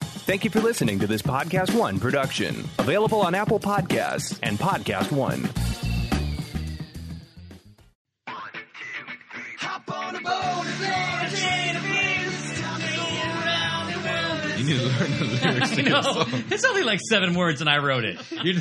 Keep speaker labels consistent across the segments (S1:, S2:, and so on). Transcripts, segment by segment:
S1: Thank you for listening to this Podcast One production, available on Apple Podcasts and Podcast One.
S2: You need to learn the lyrics
S3: I
S2: to your
S3: know.
S2: song.
S3: It's only like seven words, and I wrote it. You-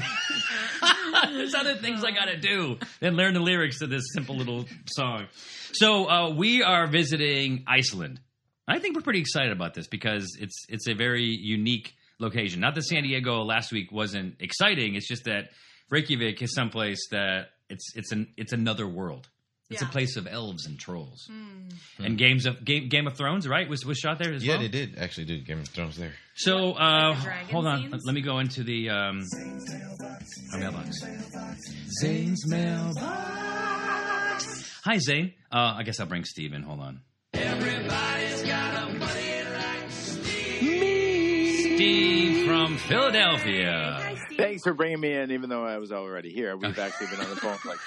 S3: There's other things I gotta do than learn the lyrics to this simple little song. So uh, we are visiting Iceland. I think we're pretty excited about this because it's it's a very unique location. Not that San Diego last week wasn't exciting. It's just that Reykjavik is someplace that it's it's an it's another world. It's a
S4: Yeah.
S3: place of elves and trolls and games of game, Game of Thrones. Right was was shot there as
S2: Yeah,
S3: well.
S2: they did actually do Game of Thrones there.
S3: So uh,
S4: Like the dragon
S3: hold on,
S4: scenes?
S3: let me go into the um, our mailbox.
S2: Zane's mailbox.
S3: Hi Zane. Uh, I guess I'll bring Steve in. Hold on. Everybody's got a buddy right Steve. Steve from Philadelphia.
S5: Thanks for bringing me in, even though I was already here. We've actually been on the phone for like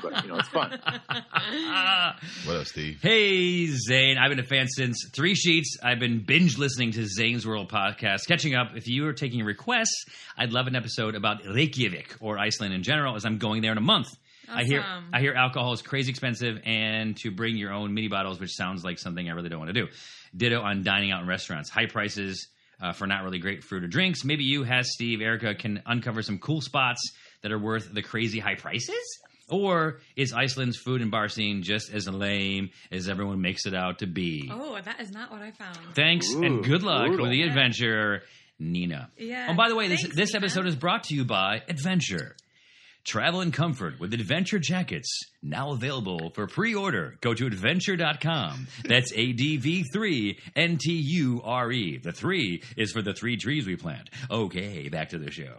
S5: 20 minutes, but you know, it's fun.
S3: Ah.
S2: What up, Steve?
S3: Hey, Zane. I've been a fan since Three Sheets. I've been binge listening to Zane's World podcast. Catching up, if you are taking requests, I'd love an episode about Reykjavik or Iceland in general, as I'm going there in a month. I hear
S4: Awesome.
S3: I hear alcohol is crazy expensive, and to bring your own mini bottles, which sounds like something I really don't want to do. Ditto on dining out in restaurants. High prices uh, for not really great food or drinks. Maybe you, Hess, Steve, Erica, can uncover some cool spots that are worth the crazy high prices. Or is Iceland's food and bar scene just as lame as everyone makes it out to be?
S4: Oh, that is not what I found.
S3: Thanks and
S5: Ooh,
S3: good luck
S5: brutal.
S3: with the adventure, Nina.
S4: Yeah.
S3: Oh, by the way, this
S4: Thanks,
S3: this
S4: Nina.
S3: episode is brought to you by Adventure. Travel in comfort with adventure jackets now available for pre-order. Go to adventure.com. That's A D V three N T U R E. The three is for the three trees we plant. Okay, back to the show.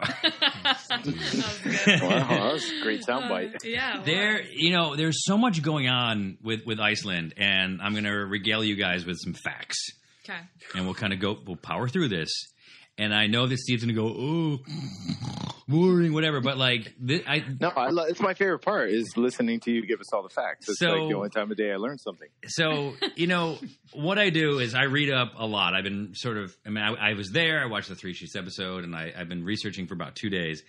S5: Wow, that was a great soundbite.
S4: Uh, yeah. it
S3: There,
S4: was.
S3: you know, there's so much going on with with Iceland, and I'm going to regale you guys with some facts,
S4: Okay.
S3: and we'll kind of go, we'll power through this. And I know that Steve's going to go, oh, boring, whatever. But like, thi- I
S5: No, I lo- it's my favorite part is listening to you give us all the facts. It's
S3: So-
S5: like the only time of day I learn something.
S3: so you know what I do is I read up a lot. I've been sort of, I mean, I, I was there. I watched the Three Sheets episode, and I, I've been researching for about two days,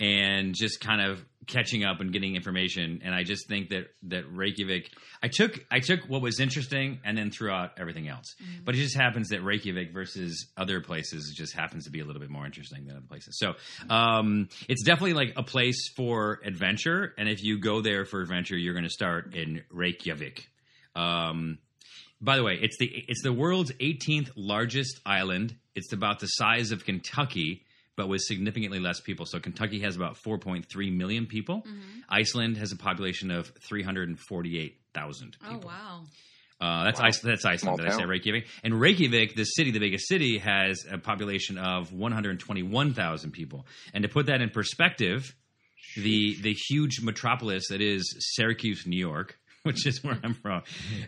S3: and just kind of catching up and getting information. And I just think that that Reykjavik, I took I took what was interesting and then threw out everything else. But it just happens that Reykjavik versus other places just happens to be a little bit more interesting than other places. So um, it's definitely like a place for adventure. And if you go there for adventure, you're going to start in Reykjavik. Um, by the way, it's the it's the world's 18th largest island. It's about the size of Kentucky, but with significantly less people. So Kentucky has about 4.3 million people. Iceland has a population of 348,000
S4: Oh
S3: people.
S4: wow.
S3: Uh, that's,
S5: Wow.
S3: Iceland, that's Iceland.
S5: Small
S3: Did I say
S5: town.
S3: Reykjavik? And Reykjavik, the city, the biggest city, has a population of 121,000 people. And to put that in perspective, the the huge metropolis that is Syracuse, New York, which is where I'm from,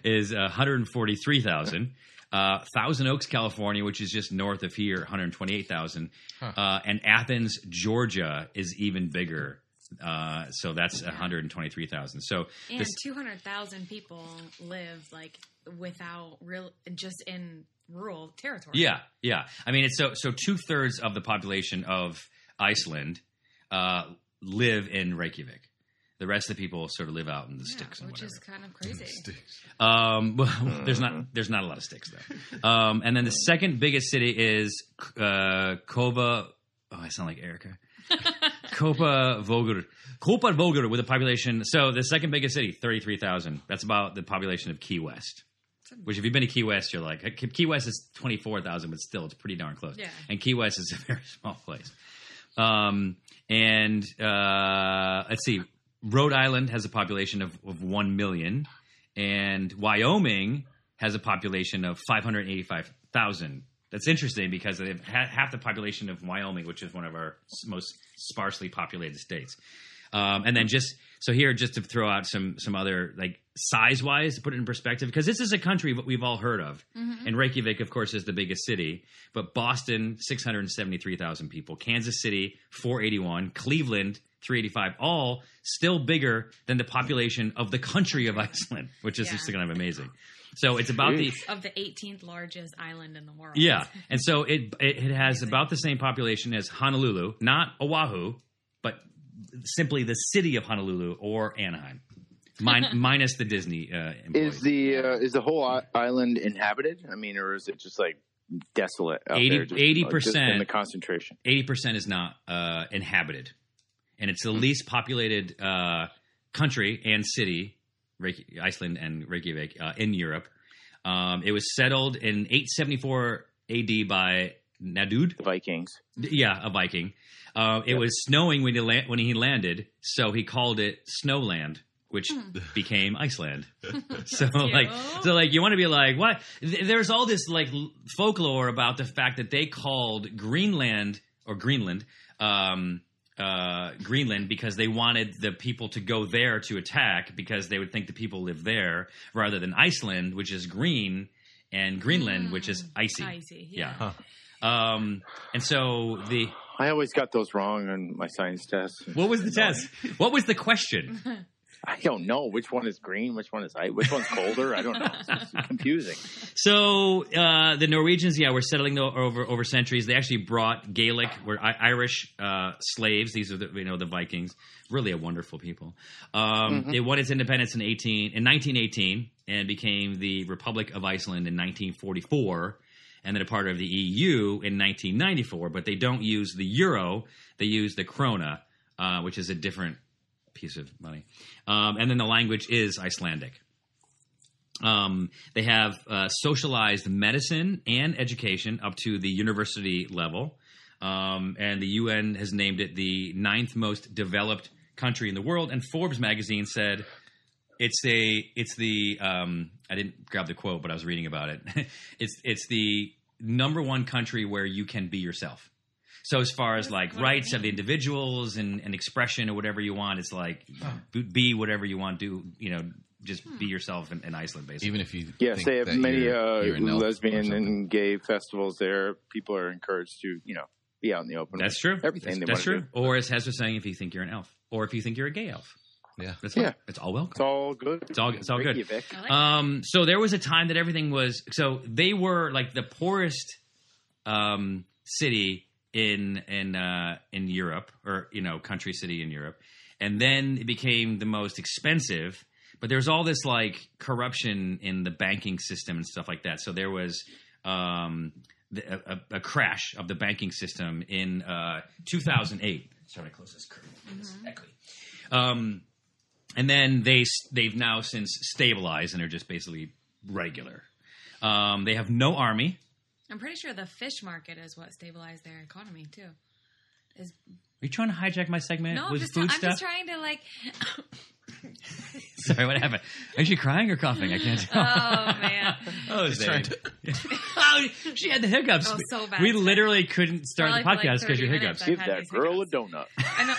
S3: is 143,000. Uh, Thousand Oaks, California, which is just north of here, 128,000. Uh, and Athens, Georgia, is even bigger. Uh, so that's 123,000. So
S4: And
S3: this-
S4: two hundred thousand people live like without real, just in rural territory.
S3: Yeah, yeah. I mean, it's so so two thirds of the population of Iceland uh, live in Reykjavik. The rest of the people sort of live out in the
S4: Yeah,
S3: sticks and
S4: which
S3: whatever.
S4: is kind of crazy.
S3: Um, well, there's not there's not a lot of sticks though. Um, and then the second biggest city is uh, Kova. Oh, I sound like Erica. Copa Vogur. Copa Vogur with a population. So the second biggest city, thirty three thousand. That's about the population of Key West. Which, if you've been to Key West, you're like Key West is twenty four thousand, but still, it's pretty darn close.
S4: Yeah.
S3: And Key West is a very small place. Um, and uh, let's see, Rhode Island has a population of, of 1 million, and Wyoming has a population of 585,000. That's interesting because they have ha- half the population of Wyoming, which is one of our s- most sparsely populated states. Um, and then just so here, just to throw out some some other like size wise to put it in perspective, because this is a country that we've all heard of, and Reykjavik, of course, is the biggest city. But Boston, six hundred seventy three thousand people. Kansas City, four eighty one. Cleveland, three eighty five. All still bigger than the population of the country of Iceland, which is
S4: Yeah.
S3: just kind of amazing. So it's about the
S4: of the 18th largest island in the world.
S3: yeah, and so it it, it has about the same population as Honolulu, not Oahu, but simply the city of Honolulu or Anaheim, Min- minus the Disney uh, employees.
S5: Is the uh, is the whole i- island inhabited? I mean, or is it just like desolate? out
S3: 80
S5: there, just-
S3: 80%.
S5: just in the concentration.
S3: eighty percent is not uh, inhabited, and it's the least populated uh, country and city, Reiki, Iceland and Reykjavik uh, in Europe. Um, it was settled in 874 AD by Nadud,
S5: The Vikings.
S3: yeah, a Viking. Uh, it
S5: Yep.
S3: was snowing when he la- when he landed, so he called it Snowland, which became Iceland. so like, so like, you want to be like, what? Th- There's all this like l- folklore about the fact that they called Greenland or Greenland, um, uh, Greenland because they wanted the people to go there to attack because they would think the people live there rather than Iceland, which is green, and Greenland, which is icy.
S4: Icy.
S3: Yeah.
S4: Yeah.
S3: Um, and so the
S5: I always got those wrong on my science tests.
S3: what was the test? What was the question?
S5: I don't know which one is green, which one is ice, which one's colder. I don't know. It's confusing.
S3: So uh, the Norwegians, yeah, were settling tho- over over centuries. They actually brought Gaelic, were I- Irish uh, slaves. These are the you know the Vikings, really a wonderful people. Um, It won its independence in eighteen in nineteen eighteen and became the Republic of Iceland in nineteen forty four. And then a part of the EU in 1994, but they don't use the euro; they use the krona, uh, which is a different piece of money. Um, and then the language is Icelandic. Um, they have uh, socialized medicine and education up to the university level. Um, and the UN has named it the ninth most developed country in the world. And Forbes magazine said it's a it's the um, I didn't grab the quote, but I was reading about it. it's it's the number one country where you can be yourself. So as far as like
S4: What do you
S3: rights of the
S4: mean?
S3: individuals and, and expression or whatever you want, it's like b- be whatever you want. Do you know? Just be
S4: Hmm.
S3: yourself in, in Iceland, basically.
S2: Even if you
S5: Yes,
S2: think
S5: they have
S2: that
S5: many
S2: you're-
S5: uh,
S2: you're an elf or
S5: lesbian
S2: something.
S5: and gay festivals there. People are encouraged to, you know, be out in the open.
S3: That's true.
S5: Everything
S3: That's,
S5: they
S3: that's
S5: wanna
S3: true. Or as Hes was saying, if you think you're an elf, or if you think you're a gay elf,
S2: yeah.
S3: that's
S5: Yeah.
S3: yeah, it's all welcome.
S5: It's all good.
S3: It's all- it's all good.
S5: Reykjavik.
S4: I like
S3: Um, so there was a time that everything was so they were like the poorest um, city in in uh, in Europe or you know country city in Europe, and then it became the most expensive. But there was all this like corruption in the banking system and stuff like that. So there was um, the, a, a- a crash of the banking system in uh, 2008. Sorry, to close this curtain. It's echoey. Um, and then they they've now since stabilized and are just basically regular. Um, they have no army.
S4: I'm pretty sure the fish market is what stabilized their economy too.
S3: Are you trying to hijack my segment
S4: No, I'm
S3: with
S4: just,
S3: food
S4: I'm
S3: stuff?
S4: just trying to like.
S3: Sorry, what happened? Are she crying or coughing? I can't tell.
S4: Oh man,
S3: oh,
S2: She's
S3: Zayn.
S2: trying to-
S3: Oh, she had the hiccups.
S4: Oh, so bad.
S3: We literally couldn't start
S4: Probably
S3: the
S4: for like
S3: podcast because
S4: 30
S3: your
S4: minutes,
S3: hiccups.
S4: I-
S5: Give
S4: had
S5: that
S4: these
S5: girl a
S4: hiccups.
S5: donut.
S4: I know.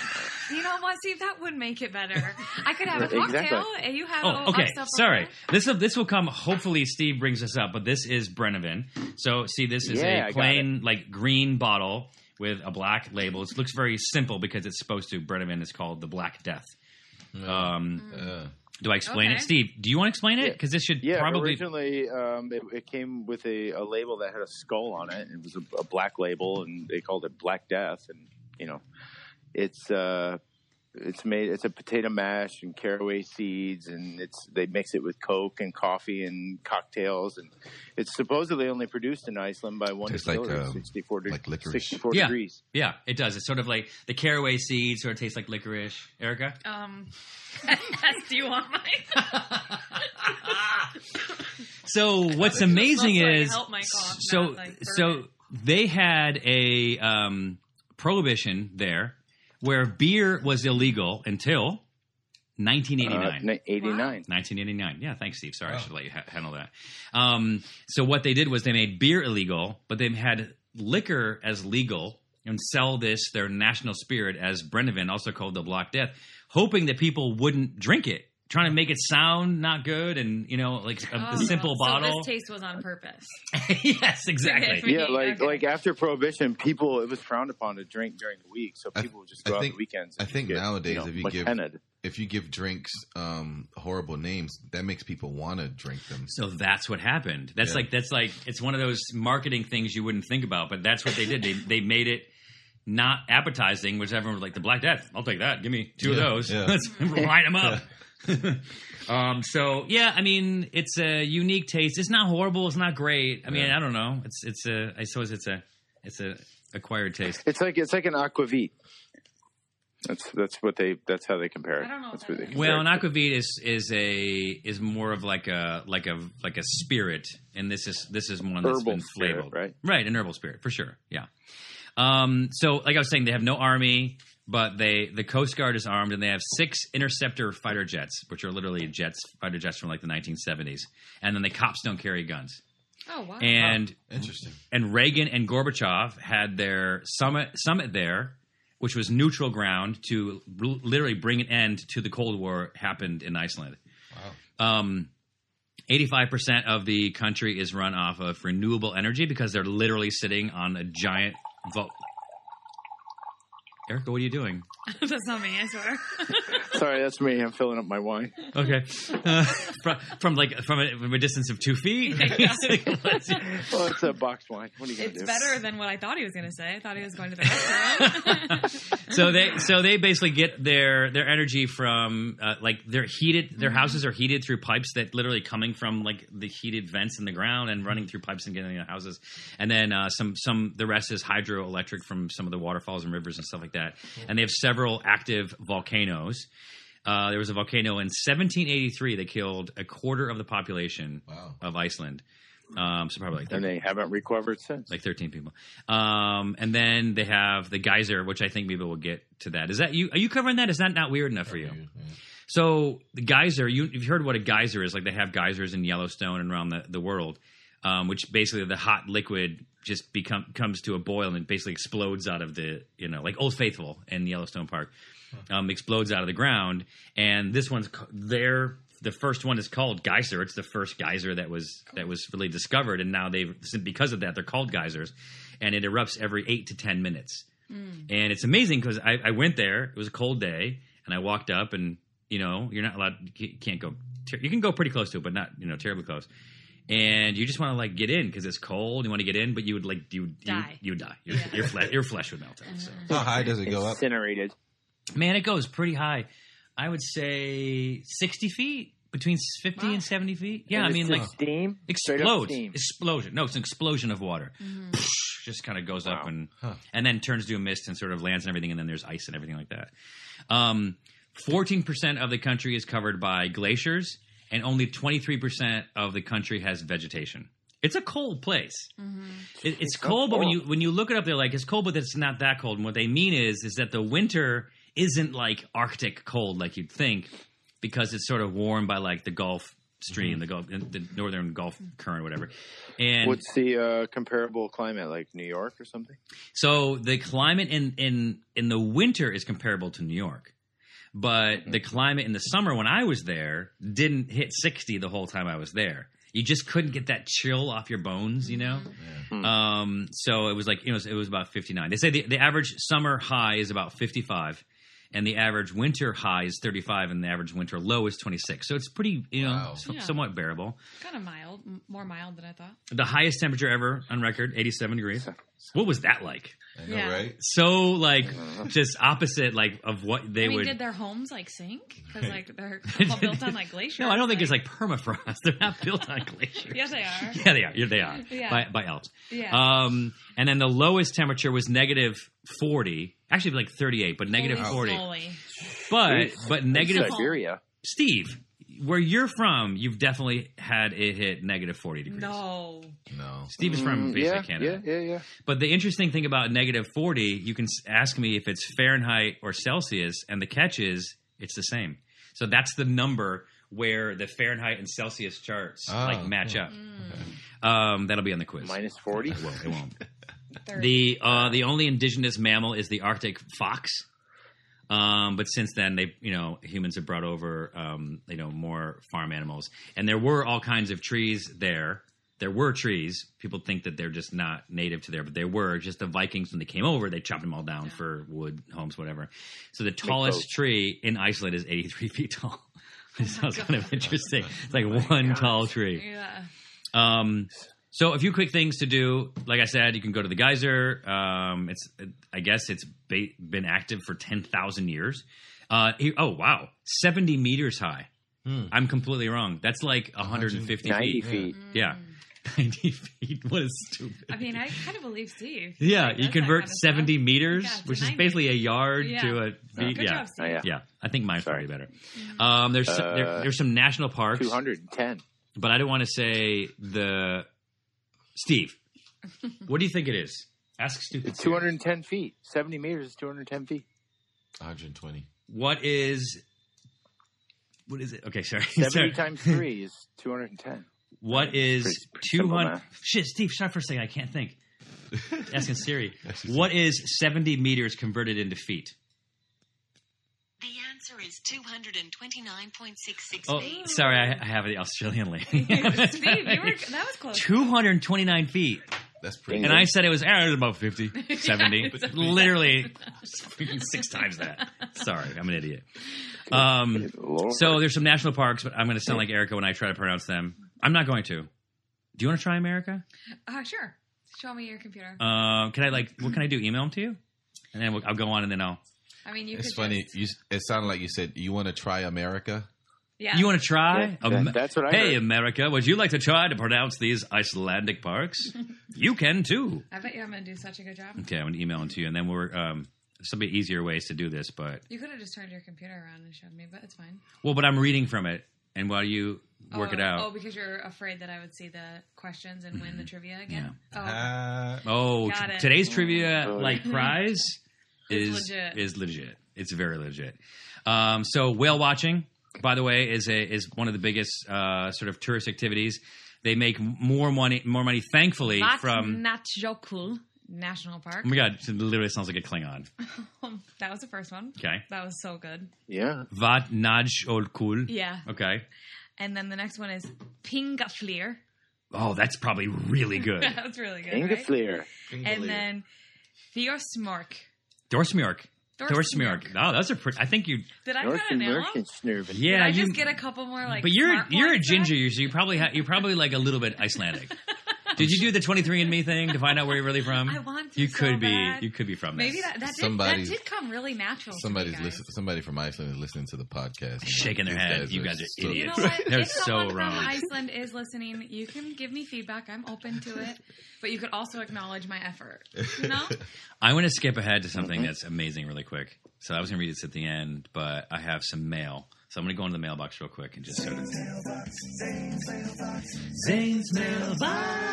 S4: You know what, Steve? That would make it better. I could have a cocktail
S5: Exactly.
S4: and you have. all
S3: Oh,
S4: our
S3: okay.
S4: stuff on
S3: Sorry.
S4: there.
S3: This will this will come. Hopefully, Steve brings this up, but this is Brenovan. So, see, this is
S5: Yeah, I
S3: a
S5: got
S3: plain like green bottle with a black label. It looks very simple because it's supposed to. Brenovan is called the Black Death. Um,
S2: Uh,
S3: do I explain
S4: Okay.
S3: it, Steve? Do you want to explain it? Because this should
S5: Yeah,
S3: probably.
S5: originally um, it, it came with a, a label that had a skull on it. It was a, a black label, and they called it Black Death. And you know, it's uh, it's made it's a potato mash and caraway seeds, and it's they mix it with Coke and coffee and cocktails, and it's supposedly only produced in Iceland by one
S2: Tastes like,
S5: distillery,
S2: um,
S5: sixty four
S2: like licorice.
S3: Yeah.
S5: degrees.
S3: Yeah, it does. It's sort of like the caraway seed. Sort of tastes like licorice. Erica.
S4: Um, do you want mine?
S3: So what's
S4: it was
S3: amazing
S4: also like
S3: is
S4: help my cough,
S3: so
S4: not like
S3: so
S4: burp.
S3: they had a um, prohibition there where beer was illegal until
S5: Uh,
S3: 1989.
S5: eighty
S4: Wow.
S5: nine.
S3: 1989. Yeah, thanks, Steve. Sorry,
S2: Wow.
S3: I should let you ha- handle that. Um, so what they did was they made beer illegal, but they had liquor as legal and sell this their national spirit as Brenovan, also called the Black Death, hoping that people wouldn't drink it, trying to make it sound not good and you know like a, a
S4: Oh,
S3: simple
S4: so
S3: bottle.
S4: this taste was on purpose.
S3: yes, exactly.
S5: Yeah, like
S4: Okay.
S5: like after prohibition, people it was frowned upon to drink during the week, so
S2: I-
S5: people would just
S2: I
S5: go out on
S2: think-
S5: the weekends.
S2: I
S5: and
S2: think
S5: get,
S2: nowadays
S5: you know,
S2: if you give
S5: McKenna'd.
S2: if you give drinks um, horrible names, that makes people want to drink them.
S3: So that's what happened. That's
S2: Yeah.
S3: like that's like it's one of those marketing things you wouldn't think about, but that's what they did. They they made it not appetizing, which everyone was like the Black Death. I'll take that. Give me two
S2: Yeah,
S3: of those.
S2: yeah.
S3: Let's line them up. um, so yeah, I mean, it's a unique taste. It's not horrible. It's not great. I mean,
S2: Yeah.
S3: I don't know. It's it's a. I suppose it's a it's a acquired taste.
S5: It's like it's like an aquavit. That's that's what they that's how they compare it.
S4: I don't know what
S5: That's
S4: that
S5: what they
S4: is.
S5: compare
S3: Well, an
S5: it to.
S3: aquavit is is a is more of like a like a like a spirit, and this is this is one that's
S5: Herbal
S3: been
S5: spirit,
S3: flavored,
S5: right?
S3: Right, an herbal spirit for sure. Yeah. Um. So, like I was saying, they have no army, but they the Coast Guard is armed, and they have six interceptor fighter jets, which are literally jets fighter jets from like the 1970s, and then the cops don't carry guns.
S4: Oh wow.
S3: And
S2: Interesting.
S3: and Reagan and Gorbachev had their summit summit there, which was neutral ground to r- literally bring an end to the Cold War happened in Iceland. Wow. Um, 85% of the country is run off of renewable energy because they're literally sitting on a giant vote. Erica, what are you doing?
S4: That's not me. I swear.
S5: Sorry, that's me. I'm filling up my wine.
S3: Okay, uh, from, from like from a, from a distance of two feet.
S5: Well, it's a boxed wine. What are you gonna
S4: It's
S5: do?
S4: better than what I thought he was going to say. I thought he was going to the restaurant.
S3: so they so they basically get their their energy from uh, like they're heated their houses are heated through pipes that literally coming from like the heated vents in the ground and running through pipes and getting in the houses and then uh, some some the rest is hydroelectric from some of the waterfalls and rivers and stuff like that and they have several active volcanoes uh, there was a volcano in 1783 that killed a quarter of the population
S2: Wow.
S3: of Iceland um, so probably like
S5: And they haven't recovered since.
S3: like 13 people. Um, and then they have the geyser, which I think maybe we'll get to that. Is that you? Are you covering that? Is that not weird enough for you? So the geyser, you, you've heard what a geyser is. Like they have geysers in Yellowstone and around the, the world, um, which basically the hot liquid just become comes to a boil and basically explodes out of the you know like Old Faithful in Yellowstone Park, um, explodes out of the ground. And this one's ca- there. The first one is called geyser. It's the first geyser that was that was really discovered, and now they've because of that they're called geysers, and it erupts every eight to ten minutes and it's amazing because I, I went there. It was a cold day, and I walked up, and you know, you're not allowed. You can't go. Ter- you can go pretty close to it, but not you know terribly close. And you just want to like get in because it's cold. You want to get in, but you would like you would- you
S4: Die.
S3: you would die. Your,
S4: Yeah. Mm-hmm.
S3: your flesh your flesh would melt. Out, so.
S2: How high does it go up?
S5: Incinerated.
S3: Man, it goes pretty high. I would say sixty feet. Between fifty
S4: Wow.
S3: and seventy feet, yeah. I
S5: And
S3: mean,
S5: it's
S3: like
S5: just steam Straight up
S3: explodes,
S5: steam.
S3: explosion. No, it's an explosion of water. Just kind of goes up
S5: Wow.
S3: and
S2: Huh.
S3: and then turns to a mist and sort of lands and everything, and then there's ice and everything like that. Um, 14% of the country is covered by glaciers, and only 23% of the country has vegetation. It's a cold place. It, it's cold, but when you when you look it up, they're like it's cold, but it's not that cold. And what they mean is is that the winter isn't like Arctic cold like you'd think, because it's sort of warm by like the Gulf Stream, the Gulf, the northern Gulf Current, whatever. And
S5: What's the uh, comparable climate like New York or something?
S3: so the climate in in in the winter is comparable to New York, but the climate in the summer when I was there didn't hit sixty the whole time I was there. You just couldn't get that chill off your bones, you know. Um, so it was like it was it was about fifty nine. They say the, the average summer high is about fifty five, and the average winter high is thirty five, and the average winter low is twenty six. So it's pretty, you know,
S2: Wow.
S3: so-
S4: Yeah.
S3: somewhat bearable.
S4: kind of mild, m- more mild than I thought.
S3: The highest temperature ever on record, eighty seven degrees. What was that like?
S2: I know,
S4: Yeah.
S2: right?
S3: so like just opposite like of what they
S4: I mean,
S3: would.
S4: did their homes like sink? Because like they're all built on like glaciers.
S3: no, I don't think it's like permafrost. They're not built on glaciers.
S4: Yes, they are.
S3: Yeah, they are. Yeah, they are.
S4: Yeah.
S3: By, by Alps.
S4: Yeah.
S3: Um, and then the lowest temperature was negative forty. Actually, like thirty-eight, but negative
S4: Holy
S3: forty.
S4: moly.
S3: But but negative.
S5: Siberia.
S3: Steve, where you're from, you've definitely had it hit negative forty degrees.
S4: No.
S2: No.
S3: Steve is from
S5: Mm,
S3: basically
S5: yeah,
S3: Canada.
S5: Yeah, yeah, yeah.
S3: But the interesting thing about negative 40, you can s- ask me if it's Fahrenheit or Celsius, and the catch is it's the same. So that's the number where the Fahrenheit and Celsius charts
S2: Oh,
S3: like match
S2: cool.
S3: up. Um, that'll be on the quiz.
S5: Minus forty.
S3: Well, it won't.
S4: Thirty.
S3: the uh, the only indigenous mammal is the Arctic fox. Um, but since then, they you know humans have brought over um, you know more farm animals, and there were all kinds of trees there. there were trees. People think that they're just not native to there, but they were. Just the Vikings when they came over, they chopped them all down for wood, homes, whatever. So the tallest
S5: boat.
S3: tree in Iceland is 83 feet tall. It sounds kind of interesting. It's like one tall tree.
S4: Yeah.
S3: Um, so a few quick things to do. Like I said, you can go to the geyser. Um, it's I guess it's ba- been active for ten thousand years. Uh, he- oh wow, seventy meters high.
S6: Hmm.
S3: I'm completely wrong. That's like 150
S5: 90
S3: feet.
S5: feet.
S3: Yeah, 90 feet. What is stupid?
S4: I mean, I kind of believe Steve.
S3: yeah,
S4: Like,
S3: you
S4: that's that
S3: convert
S4: kind of
S3: 70
S4: stuff.
S3: meters,
S4: Yeah, to
S3: which is
S4: 90.
S3: basically a yard
S4: Yeah.
S3: to a feet.
S4: Good
S3: yeah,
S4: job, Mm-hmm. Steve.
S5: Oh, yeah.
S3: yeah. I think mine's
S5: Sorry.
S3: probably better. Um, there's some- there,
S5: Uh,
S3: there's some national parks,
S5: 210.
S3: but I don't want to say the. Steve, what do you think it is? Ask stupid.
S5: It's
S3: Steve.
S5: 210 feet. 70 meters is 210 feet.
S2: 120.
S3: What is? What is it? Okay, sorry.
S5: 70
S3: Sorry.
S5: times 3 is 210.
S3: What is
S5: Pretty- pretty
S3: two
S5: simple
S3: hundred?
S5: math.
S3: Shit, Steve, stop for a second. I can't think. Asking Siri.
S2: That's just-
S3: what is seventy meters converted into feet?
S7: The answer is 229.66
S3: Oh,
S7: feet.
S3: sorry, I, I have the Australian lady.
S4: Steve, you were, that was close.
S3: Two hundred twenty-nine feet,
S2: That's pretty.
S3: and I said it was eh, it was about 50, 70.
S4: Yeah, it's-
S3: Literally, freaking six times that. Sorry, I'm an idiot. Um,
S5: Lord.
S3: so there's some national parks, but I'm going to sound like Erica when I try to pronounce them. I'm not going to. Do you want to try America?
S4: Uh, sure. Show me your computer.
S3: Um, can I like what can I do? Email them to you, and then we'll, I'll go on and then I'll.
S4: I mean, you.
S2: It's
S4: could
S2: funny.
S4: just-
S2: You, s- it sounded like you said you want to try America.
S4: yeah.
S3: You want to try?
S5: Yeah,
S3: Am-
S5: that- that's what I
S3: Hey,
S5: heard.
S3: America, would you like to try to pronounce these Icelandic parks? you can too.
S4: I bet you I'm going to do such a good job.
S3: Okay, I'm gonna email them to you, and then we're um, some easier ways to do this. But
S4: You could have just turned your computer around and showed me, but it's fine.
S3: well, but I'm reading from it, and while you work
S4: oh,
S3: it
S4: Oh,
S3: out,
S4: because you're afraid that I would see the questions and
S3: Mm-hmm.
S4: win the trivia again.
S2: Ah.
S6: Uh,
S4: Oh,
S3: oh,
S4: got
S3: t-
S4: it. Mm-hmm.
S3: today's trivia
S5: Oh,
S3: like prize is
S4: It's legit.
S3: is legit. It's very legit. Um, so whale watching, by the way, is a is one of the biggest uh, sort of tourist activities. They make more money, more money, thankfully,
S4: Vatnajökull
S3: from
S4: National Park.
S3: Oh my god, it literally sounds like a Klingon.
S4: that was the first one.
S3: Okay.
S4: That was so good.
S5: Yeah.
S3: Vat Naj Kul.
S4: Yeah.
S3: Okay.
S4: And then the next one is Pingaflir.
S3: Oh, that's probably really good.
S4: that was really good. right?
S5: Ingefleer.
S4: And then Thorsmjork.
S3: Dorsmjork. Dorsmjork. Oh, that's a pretty. I think you.
S4: Did I
S5: North
S4: get a nail?
S5: American Snurven.
S4: Did
S3: Yeah,
S4: I
S3: you.
S4: just get a couple more like
S3: but you're
S4: smart
S3: you're a
S4: ones
S3: ginger,
S4: back?
S3: you so you probably ha- you're probably like a little bit Icelandic. Did you do the 23andMe thing to find out where you're really from?
S4: I want to
S3: You
S4: so
S3: could
S4: bad.
S3: be. You could be from.
S4: Maybe
S3: this.
S4: that that did, that
S2: Somebody's-
S4: did come really natural.
S2: Somebody's
S4: to me, guys.
S2: listen, somebody from Iceland is listening to the podcast. and
S3: Shaking their
S2: these
S3: head. You guys are
S4: You know
S3: idiots.
S4: what?
S3: They're
S4: if someone
S3: so
S4: from
S3: wrong.
S4: Iceland is listening, you can give me feedback. I'm open to it, but you could also acknowledge my effort. You know,
S3: I want to skip ahead to something
S4: Mm-hmm.
S3: that's amazing really quick. So I was going to read this at the end, but I have some mail. So I'm going to go into the mailbox real quick and just sort of. Zane's mailbox.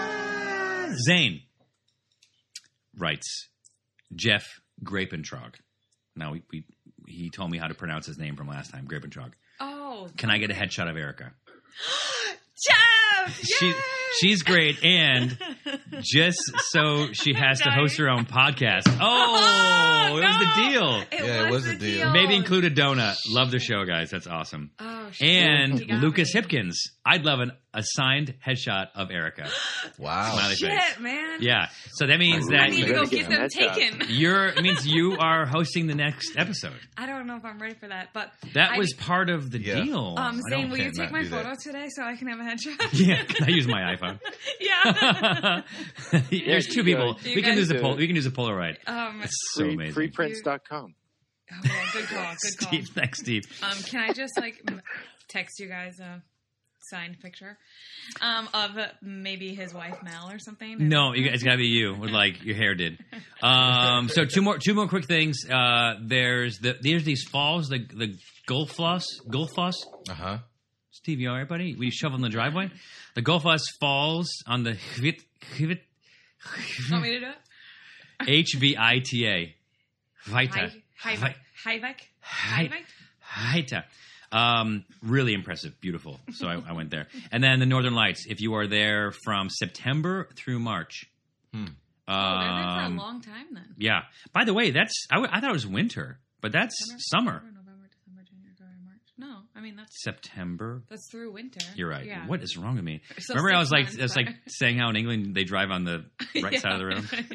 S3: Zane writes Jeff Grapentrog. Now, we, we, he told me how to pronounce his name from last time, Grapentrog.
S4: oh,
S3: Can I get a headshot of Erica?
S4: Jeff,
S3: She, she's great. And just so she has to host her own podcast. Oh,
S4: Oh,
S3: it was the
S4: no.
S3: deal.
S4: it
S2: Yeah, it
S4: was the deal.
S3: Maybe include a donut. Love the show, guys. That's awesome.
S4: Oh, shit.
S3: And
S4: You got
S3: Lucas
S4: me.
S3: Hipkins. I'd love an, a signed headshot of Erica.
S2: Wow.
S3: Smiley face.
S4: Shit, man.
S3: Yeah. So that means
S4: I
S3: that
S4: need to
S5: You
S4: go
S5: better
S4: get
S5: get
S4: them
S5: some headshots.
S4: taken.
S3: you're it means you are hosting the next episode.
S4: I don't know if I'm ready for that, but
S3: That
S4: I-
S3: was part of the
S2: Yeah.
S3: deal.
S4: Um,
S2: I
S4: Zane,
S2: don't-
S4: will you
S2: can't
S4: take
S2: not
S4: my
S2: do that.
S4: photo today so I can have a headshot?
S3: yeah, can I use my
S4: yeah.
S3: iPhone? There's two people.
S4: You
S3: we can
S4: guys
S3: use a
S5: do
S3: pol-
S5: it.
S3: we can use a Polaroid.
S4: um,
S3: That's so
S5: Free,
S3: amazing.
S5: freeprints.com.
S4: oh, yeah, good call. Good call.
S3: Steve, thanks, Steve.
S4: Um, can I just like m- text you guys a signed picture um, of uh, maybe his wife Mel or something?
S3: No, you, it's got to be you with like your hair did. Um, so two more two more quick things. Uh, there's the there's these falls the the Gulf Floss Gulf Floss.
S2: Uh huh.
S3: Steve, you all right, buddy? We shove in the driveway. The Gulf Floss falls on the Hvit Hvit
S4: Want me to do it?
S3: H V I T A. Vita.
S4: Hi, hi, Hivek. Hivek.
S3: Haita. Um, really impressive, beautiful. So I, I went there. And then the Northern Lights, if you are there from September through March.
S2: Hmm.
S4: Oh, they're there for
S3: Um,
S4: a long time then.
S3: Yeah. By the way, that's I, w- I thought it was winter, but that's summer.
S4: Mm-hmm. November, December, January, February, March. No, I I mean, that's
S3: September.
S4: that's through winter.
S3: You're right.
S4: Yeah.
S3: What is wrong with me?
S4: So
S3: Remember, I
S4: six
S3: was like,
S4: months
S3: I was like
S4: are-
S3: saying how in England they drive on the right side of the road.
S4: room.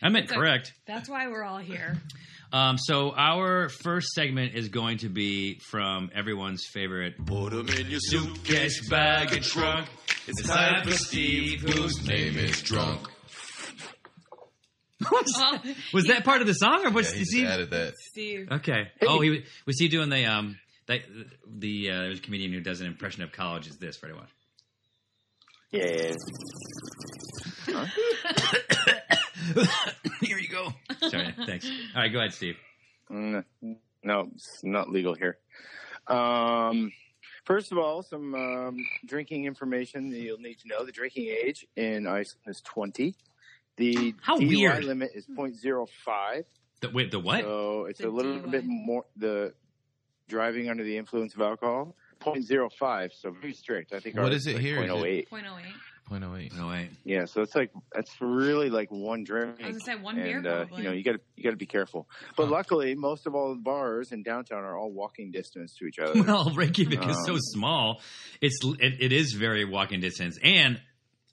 S3: I meant
S4: So-
S3: correct.
S4: that's why we're all here.
S3: Um, so our first segment is going to be from everyone's favorite.
S6: Put 'em in
S2: Uh-huh.
S6: your suitcase, bag, and trunk. It's time for Steve, whose name is drunk.
S4: Well,
S3: Was that part of the song, or was
S2: yeah, he just
S3: he?
S2: added that.
S4: Oh, Steve.
S3: Okay. Oh, he was, was he doing the um that the uh, there's a comedian who does an impression of college is this right? What?
S5: Yeah.
S3: Here you go. Sorry. Thanks. All right, go ahead, Steve.
S5: Mm, No, it's not legal here. Um, first of all, some um, drinking information that you'll need to know. The drinking age in Iceland is 20. The
S3: How
S5: DUI
S3: weird. Hmm.
S5: limit is 0.05.
S3: The, wait, the what?
S5: So it's
S4: The
S5: a little
S4: DUI.
S5: bit more the driving under the influence of alcohol. 0.05, so very strict. I think
S2: What
S5: ours
S2: is it
S5: like
S2: here? Is it-
S5: 0.08.
S4: Point oh eight.
S2: Point oh eight.
S3: No way.
S5: Yeah, so it's like that's really like one drink.
S4: I was gonna say Oh, one beer
S5: and uh,
S4: probably.
S5: you know you got to you got to be careful. But luckily, most of all the bars in downtown are all walking distance to each other.
S3: Well, Reykjavik is so
S5: uh, Um,
S3: small. It's it, it is very walking distance, and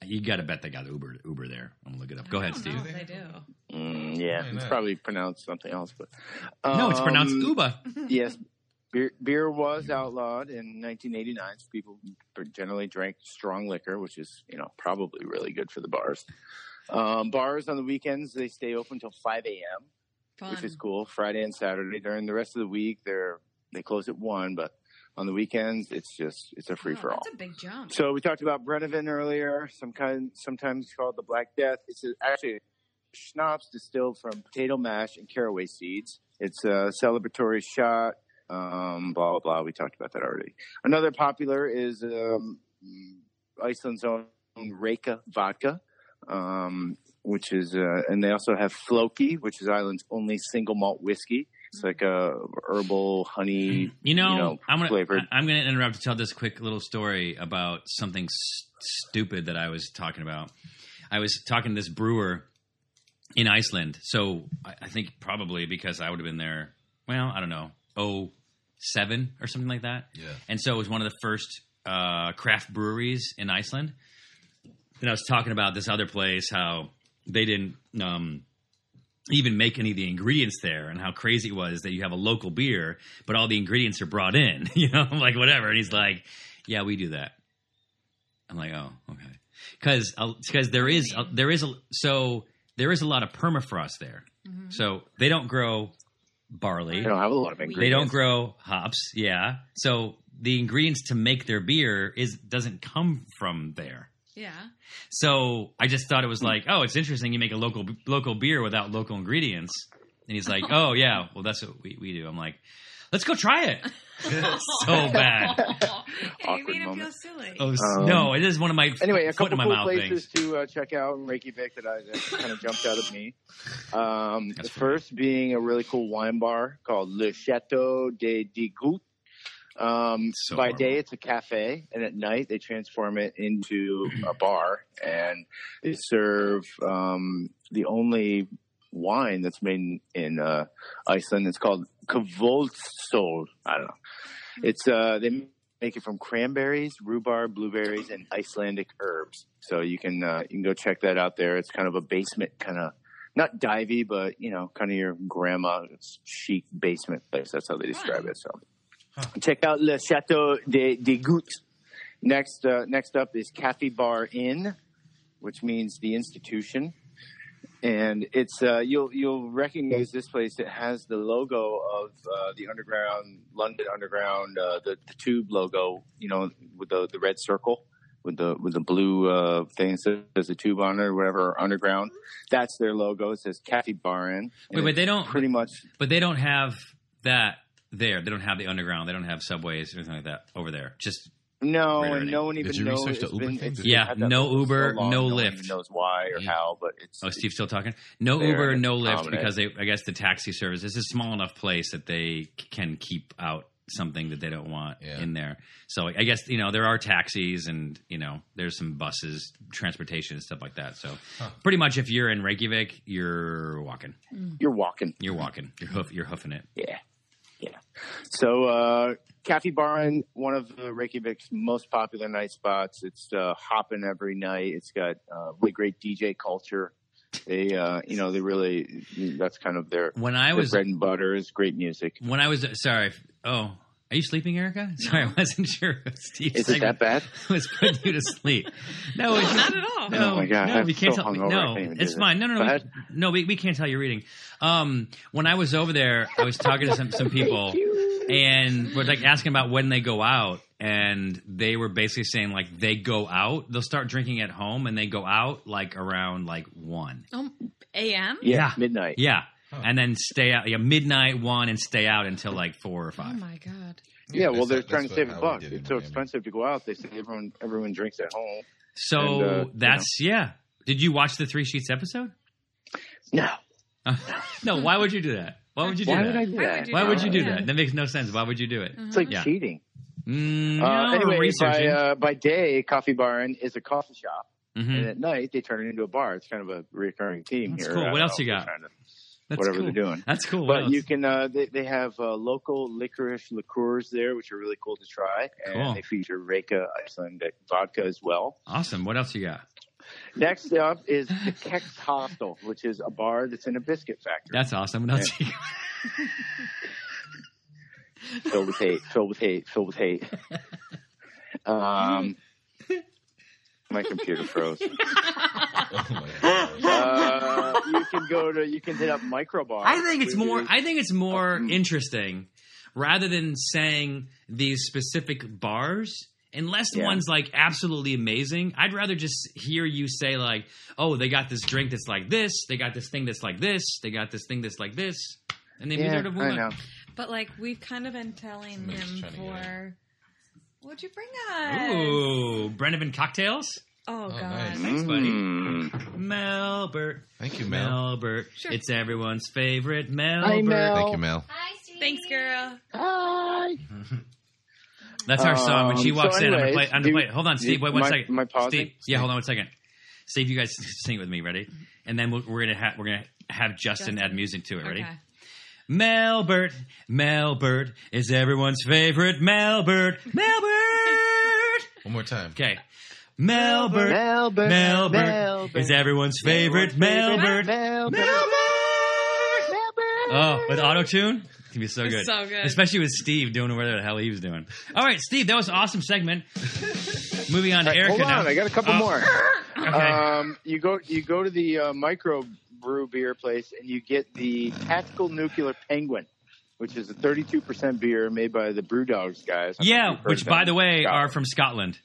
S3: you got to bet they got Uber Uber there. I'm gonna look it up. Go
S4: I
S3: ahead,
S4: don't
S3: Steve.
S4: know if they do.
S5: Mm, yeah,
S2: Why
S5: it's
S2: not?
S5: probably pronounced something else, but
S3: No, it's pronounced
S5: um,
S3: Uba.
S5: Yes, beer, beer was outlawed in 1989. So people generally drank strong liquor, which is you know probably really good for the bars. Um, bars on the weekends they stay open till 5 a.m.
S4: Fun.
S5: which is cool. Friday and Saturday. During the rest of the week, they're they close at one, but on the weekends, it's just it's a free
S4: Wow,
S5: for all.
S4: Oh, That's a big jump.
S5: So we talked about Brenovan earlier. Some kind, sometimes called the Black Death. It's a- actually schnapps distilled from potato mash and caraway seeds. It's a celebratory shot. Um, blah blah blah. We talked about that already. Another popular is um, Iceland's own Reka vodka, um, which is, uh, and they also have Floki, which is Ireland's only single malt whiskey. It's like a herbal honey.
S3: You know,
S5: you know,
S3: I'm gonna
S5: flavored.
S3: I, am gonna interrupt to tell this quick little story about something s- stupid that I was talking about. I was talking to this brewer in Iceland, so I, I think probably because I would have been there. Well, I don't know, oh seven or something like that.
S2: Yeah.
S3: And so it was one of the first uh, craft breweries in Iceland. And I was talking about this other place, how they didn't um, even make any of the ingredients there, and how crazy it was that you have a local beer, but all the ingredients are brought in, you know, I'm like whatever. And he's like, yeah, we do that. I'm like, oh, okay. Because because there is a, there is a so there is a lot of permafrost there,
S4: Mhm.
S3: so they don't grow barley.
S5: They don't have a lot of ingredients.
S3: They don't grow hops, yeah. So the ingredients to make their beer is doesn't come from there.
S4: Yeah.
S3: So I just thought it was like, oh, it's interesting. You make a local local beer without local ingredients, and he's like, oh yeah, well that's what we, we do. I'm like, let's go try it. So bad.
S4: Hey, you
S5: Awkward
S4: made him feel
S5: moment.
S4: silly.
S3: Oh s
S5: Um,
S3: no, it is one of my
S5: anyway, a
S3: foot in
S5: couple
S3: my
S5: cool
S3: mouth
S5: places
S3: things.
S5: to uh, check out in Reykjavik that, I, that kind of jumped out at me. Um, the
S3: That's funny.
S5: first being a really cool wine bar called Le Chateau de Digout. Um,
S3: It's so
S5: by
S3: horrible.
S5: day, it's a cafe, and at night, they transform it into a bar, and they serve um, the only wine that's made in uh, Iceland. It's called Kvoltsol. I don't know. It's uh, they make it from cranberries, rhubarb, blueberries, and Icelandic herbs. So you can uh, you can go check that out there. It's kind of a basement kind of not divey, but you know, kind of your grandma's chic basement place. That's how they describe it. So check out Le Chateau de, de Gout. Next, uh, next up is Cafe Bar Inn, which means the institution. And it's uh, you'll you'll recognize this place. It has the logo of uh, the underground London Underground, uh, the, the tube logo, you know, with the, the red circle with the with the blue uh, thing that says there's a tube on it or whatever underground. That's their logo. It says Cafe Bar Inn.
S3: Wait, but they don't.
S5: pretty much
S3: But they don't have that there. They don't have the underground. They don't have subways or anything like that over there. Just
S5: No,
S3: Right,
S5: and
S3: right.
S5: no one
S2: Did
S5: even
S2: you
S5: knows.
S2: research the
S5: it's
S2: Uber
S5: been-
S2: thing?
S5: it's
S3: Yeah,
S5: been had that
S3: no
S5: for so
S3: Uber,
S5: long,
S3: no
S5: one
S3: Lyft.
S5: even knows why or
S3: Yeah.
S5: how, but it's.
S3: Oh, Steve's still talking. No
S5: They're
S3: Uber, no Lyft,
S5: prominent.
S3: because they, I guess the taxi service. This is a small enough place that they c- can keep out something that they don't want
S2: Yeah.
S3: in there. So I guess you know there are taxis and you know there's some buses, transportation and stuff like that. So pretty much, if you're in Reykjavik, you're walking.
S5: You're walking.
S3: You're walking. You're hoof. You're hoofing it.
S5: Yeah, yeah. So, uh, Cafe Baron, one of uh, Reykjavik's most popular night spots. It's uh, hopping every night. It's got uh, really great DJ culture. They, uh, you know, they really that's kind of their,
S3: When I
S5: their
S3: was
S5: bread and butter is great music.
S3: when I was sorry. Oh, are you sleeping, Erica? Sorry, I wasn't sure. if Steve
S5: Is it that bad?
S3: was putting you to sleep. No, it's
S4: Not at all.
S3: No,
S5: Oh my God,
S3: no,
S5: I'm
S3: we can't
S5: so
S3: tell.
S5: hungover, I
S3: No,
S5: can't even do
S3: it's
S5: this.
S3: fine. No, no,
S5: Go
S3: no, we,
S5: ahead.
S3: no. We, we can't tell you're eating. Um, when I was over there, I was talking to some some people, and we're like asking about when they go out, and they were basically saying like they go out, they'll start drinking at home, and they go out like around like one.
S4: Um, AM.
S5: Yeah,
S3: Yeah.
S5: midnight.
S3: Yeah. And then stay out, yeah, midnight one, and stay out until like four or
S4: Oh
S3: five.
S4: my god.
S5: Yeah, well,
S2: that's-
S5: they're
S2: that's
S5: trying to
S2: what-
S5: save
S2: how
S5: a
S2: we
S5: buck.
S2: did in
S5: It's so
S2: Miami.
S5: expensive to go out. They say everyone everyone drinks at home.
S3: So
S5: And, uh, you
S3: that's yeah. Did you watch the Three Sheets episode?
S5: No,
S3: no, why would you do that? Why would you do
S5: why
S3: that?
S5: would I do Mm-hmm.
S4: Why would
S5: that?
S4: you
S3: why would you do
S4: Yeah.
S3: that? That makes no sense. Why would you do it?
S5: It's like
S3: Yeah.
S5: cheating.
S3: Mm,
S5: Uh,
S3: no,
S5: anyway, by
S3: researching.
S5: uh, by day, Coffee Baron is a coffee shop.
S3: Mhm.
S5: and at night they turn it into a bar. It's kind of a recurring theme
S3: That's
S5: here.
S3: cool.
S5: I
S3: What
S5: don't
S3: else
S5: know
S3: you
S5: if
S3: got?
S5: they're trying to-
S3: That's
S5: whatever
S3: cool.
S5: they're doing.
S3: That's cool. What
S5: But
S3: else?
S5: you can uh, they they have uh, local licorice liqueurs there, which are really cool to try, and
S3: Cool.
S5: they feature Reka Icelandic vodka as well.
S3: awesome. What else you got?
S5: Next up is the Kex Hostel, which is a bar that's in a biscuit factory
S3: That's awesome. What else you got?
S5: filled with hate, filled with hate, filled with hate. Um, my computer froze.
S2: Oh my gosh.
S5: Uh, you can go to you can hit up Microbar.
S3: I think it's
S5: which
S3: more.
S5: is-
S3: I think it's more
S5: Mm.
S3: interesting rather than saying these specific bars. Unless
S5: Yeah.
S3: one's like absolutely amazing, I'd rather just hear you say like, "Oh, they got this drink that's like this. They got this thing that's like this. They got this thing that's like this." And they
S5: yeah,
S3: deserve to
S5: I
S3: win.
S5: know.
S4: But like we've kind of been telling
S2: Somebody's
S4: him
S2: trying to get
S4: for. What'd you bring us?
S3: Ooh, Brenneman cocktails,
S4: Oh, god.
S2: nice.
S3: Thanks, buddy.
S5: Mm.
S3: Melbert.
S2: Thank you, Mel.
S3: Melbert.
S4: Sure.
S3: It's everyone's favorite Melbert.
S5: Hi, Mel.
S2: Thank you, Mel.
S7: Hi, sweetie.
S4: Thanks, girl.
S5: Hi.
S3: That's our song. When she
S5: Um,
S3: walks
S5: so
S3: in, I'm gonna
S5: anyways,
S3: play. I'm gonna
S5: do-
S3: play. Hold on,
S5: do-
S3: Steve. Wait one
S5: my-
S3: second.
S5: my pausing?
S3: Steve, yeah, hold on one second. Steve, you guys sing it with me. Ready? And then we're, we're gonna have we're gonna have Justin,
S4: Justin.
S3: add music to it. Ready?
S4: Okay.
S3: Melbert, Melbert is everyone's favorite Melbert, Melbert.
S2: One more time.
S3: Okay, Melbert,
S5: Melbourne.
S3: Melbert is everyone's favorite Melbert, Melbert. Oh, with auto tune, it's gonna be so
S4: It's
S3: good.
S4: so good.
S3: especially with Steve doing whatever the hell he was doing. All right, Steve, that was an awesome segment. Moving on to Erica
S5: Hold
S3: now.
S5: on, I got a couple
S3: Oh,
S5: more.
S3: Okay.
S5: Um, you go, you go to the uh, micro brew beer place, and you get the Tactical Nuclear Penguin, which is a 32% beer made by the Brewdogs guys. I don't know if
S3: yeah,
S5: you've heard
S3: which
S5: of
S3: by
S5: them.
S3: the way
S5: Scotland.
S3: are from Scotland.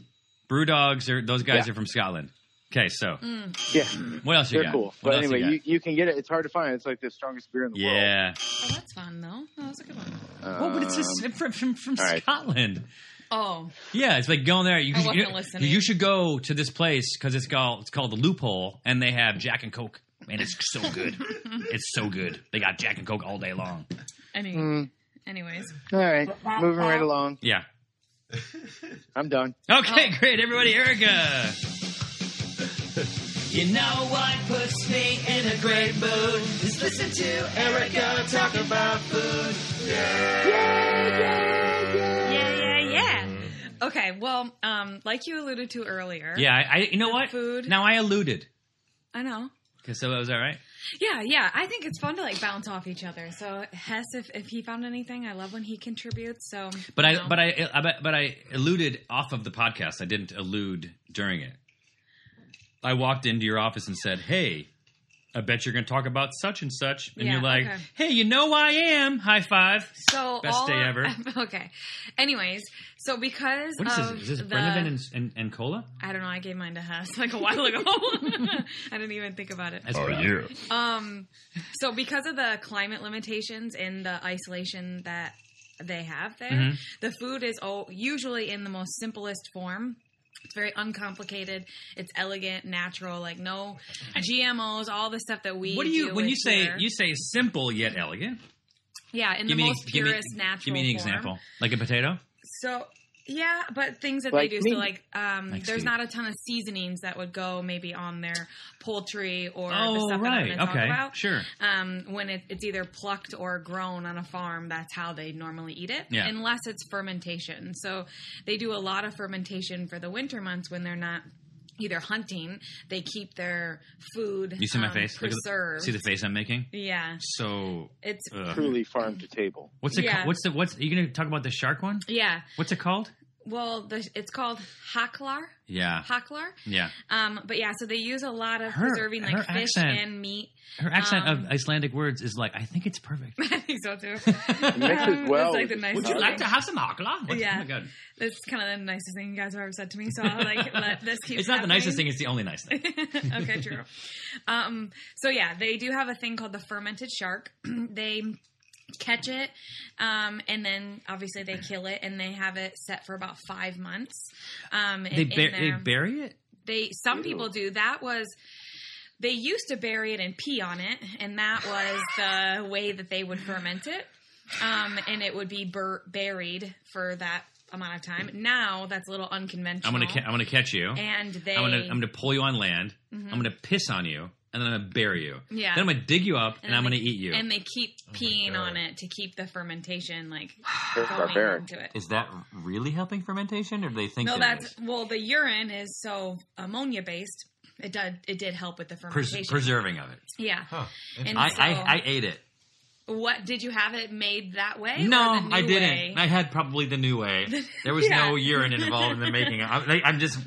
S3: Brew dogs are those guys
S5: Yeah.
S3: are from Scotland. Okay, so Mm.
S5: yeah,
S3: what else you
S5: they're
S3: got?
S5: cool.
S3: What
S5: But
S3: else
S5: anyway,
S3: you got?
S5: you, you can get it. It's hard to find. It's like the strongest beer in the world.
S3: yeah.
S4: Oh, that's fun though. Oh, that's a good one.
S5: Um,
S3: well, but it's just from from, from
S5: all right.
S3: Scotland.
S4: Oh,
S3: Yeah, it's like going there. You,
S4: I wasn't
S3: you-
S4: listening.
S3: you should go to this place because it's called it's called the Loophole, and they have Jack and Coke, and it's so good. it's so good. They got Jack and Coke all day long.
S4: any.
S5: Mm.
S4: Anyways,
S5: all right, moving right along.
S3: Yeah.
S5: I'm done.
S3: Okay, great, everybody, Erica. You know what puts me in a great mood is listen to Erica talk about food.
S4: yeah, yeah, yeah. Okay, well, um, like you alluded to earlier.
S3: Mm-hmm. Yeah, I, I you know what?
S4: Food.
S3: Now I alluded.
S4: I know.
S3: Okay, so that was all right.
S4: Yeah, yeah. I think it's fun to like bounce off each other. So Hess, if, if he found anything, I love when he contributes. So,
S3: But
S4: you know.
S3: I but I, I but- but I alluded off of the podcast. I didn't allude during it. I walked into your office and said, "Hey, I bet you're going to talk about such and such," and
S4: Yeah,
S3: you're like,
S4: okay.
S3: "Hey, you know I am." High five.
S4: so
S3: Best
S4: all-
S3: day ever.
S4: Okay. Anyways, so because
S3: What is
S4: of
S3: this? Is this
S4: the,
S3: Brendan and, and and Cola?
S4: I don't know. I gave mine to Hess like a while ago. I didn't even think about it.
S3: That's
S2: Oh,
S3: right.
S2: yeah.
S4: Um, so because of the climate limitations and the isolation that they have there,
S3: Mhm.
S4: the food is all, usually in the most simplest form. It's very uncomplicated. It's elegant, natural, like no GMOs, all the stuff that we.
S3: What do you when
S4: with
S3: you say
S4: here.
S3: you say simple yet elegant?
S4: Yeah, in the
S3: give me an-
S4: most
S3: give me-
S4: purest natural.
S3: Give me an
S4: form.
S3: example, like a potato.
S4: So Yeah, but things that
S5: Like
S4: they do.
S5: me.
S4: So, like, um,
S3: Like
S4: there's
S3: Steve.
S4: not a ton of seasonings that would go maybe on their poultry or the
S3: Oh
S4: stuff that I'm
S3: right,
S4: going to talk
S3: okay,
S4: about.
S3: sure.
S4: Um, when it, it's either plucked or grown on a farm, that's how they normally eat it,
S3: Yeah.
S4: unless it's fermentation. So they do a lot of fermentation for the winter months when they're not either hunting. They keep their food.
S3: You see my
S4: um,
S3: face? Look at the-
S4: Preserved.
S3: see the face I'm making?
S4: yeah,
S3: So
S4: it's
S3: ugh.
S5: Truly farm to table.
S3: what's it?
S4: Yeah.
S3: ca- What's the? What's you gonna talk about the shark one?
S4: yeah.
S3: What's it called?
S4: Well, the, it's called haklar.
S3: Yeah,
S4: Haklar.
S3: yeah.
S4: Um, but yeah, so they use a lot of
S3: Ah. Her-
S4: preserving like
S3: her
S4: fish
S3: accent.
S4: and meat.
S3: Her accent
S4: Um,
S3: of Icelandic words is like I think it's perfect.
S4: I think so too.
S5: mixes well
S4: It's like
S5: with
S4: the
S5: the
S4: nicest
S5: Would you
S4: thing.
S5: like to
S3: have some akla?
S4: Yeah.
S3: Oh my god.
S4: That's kind of the nicest thing you guys have ever said to me. So I'll like let this keep.
S3: It's not the nicest
S4: happening.
S3: thing. It's the only nice thing.
S4: okay, true. Um, so yeah, they do have a thing called the fermented shark. they catch it, um, and then obviously they kill it, and they have it set for about five months. Um,
S3: They
S4: in- in
S3: bur- they
S4: their-
S3: bury it.
S4: they some people do that was they used to bury it and pee on it and that was the way that they would ferment it um, and it would be bur- buried for that amount of time now that's a little
S3: I'm
S4: unconventional
S3: gonna ca- I'm gonna catch you.
S4: and they
S3: I'm gonna I'm gonna pull you on land. I'm gonna piss on you, and then I'm gonna bury you.
S4: Yeah.
S3: Then I'm gonna dig you up, and,
S4: then
S3: I'm
S4: they-
S3: gonna eat you. Oh
S4: and they keep peeing
S3: God.
S4: on it to keep the fermentation like
S5: They're
S4: going
S5: barbaric.
S4: into it
S3: is that really helping fermentation, or do they think
S4: no
S3: that is?
S4: that's well the urine is so ammonia based it did it did help with the
S3: Pres-
S4: fermentation
S3: preserving of it?
S4: yeah
S2: Huh.
S4: and
S3: I,
S4: so,
S3: I I ate it.
S4: What did you have it made that way?
S3: No,
S4: or the new
S3: I didn't.
S4: way?
S3: I had probably the new way. There was
S4: Yeah.
S3: no urine involved in the making. it. I'm, like, I'm just.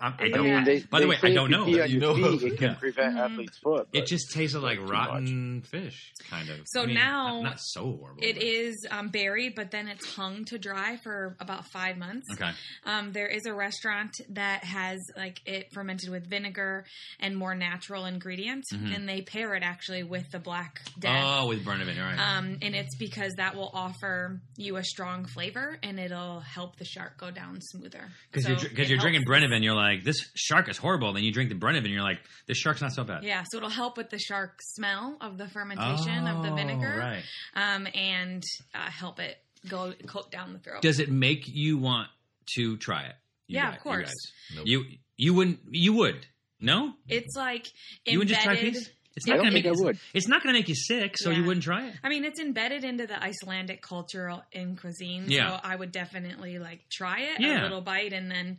S3: I'm, I don't.
S4: Yeah.
S5: they,
S3: By the
S5: they
S3: way, I
S5: say if
S3: don't
S5: you
S3: know.
S5: Pee on
S2: You
S5: your
S2: know.
S5: feet, it can
S3: Yeah.
S5: prevent
S4: Mhm.
S5: athletes' foot.
S3: It
S5: but
S3: just tasted like
S5: too
S3: rotten fish, kind of.
S4: So
S3: I mean,
S4: now
S3: not, not so horrible.
S4: It
S3: but-
S4: is um, buried, but then it's hung to dry for about five months.
S3: okay.
S4: Um, there is a restaurant that has like it fermented with vinegar and more natural ingredients,
S3: Mhm.
S4: and they pair it actually with the black death.
S3: Oh, with burn of it, all right?
S4: Um, and it's because that will offer you a strong flavor and it'll help the shark go down smoother.
S3: Because
S4: So
S3: you're because
S4: it
S3: you're
S4: helps-
S3: drinking Brenovan, you're like this shark is horrible. Then you drink the Brenovan, you're like this shark's not so bad.
S4: Yeah, so it'll help with the shark smell of the
S3: Oh,
S4: fermentation of the vinegar.
S3: Right.
S4: um, and uh, help it go coat down the throat.
S3: Does it make you want to try it? You
S4: Yeah,
S3: guys-
S4: of course.
S2: Nope.
S3: You, guys. you you wouldn't you would no
S4: it's like embedded.
S3: you would just try peas. It's
S5: I
S3: not
S5: don't
S3: gonna make
S5: think I
S3: you,
S5: would.
S3: It's not gonna make you sick, so you
S4: Yeah.
S3: wouldn't try it.
S4: I mean, it's embedded into the Icelandic culture and cuisine.
S3: Yeah.
S4: So I would definitely like try it
S3: Yeah.
S4: a little bite and then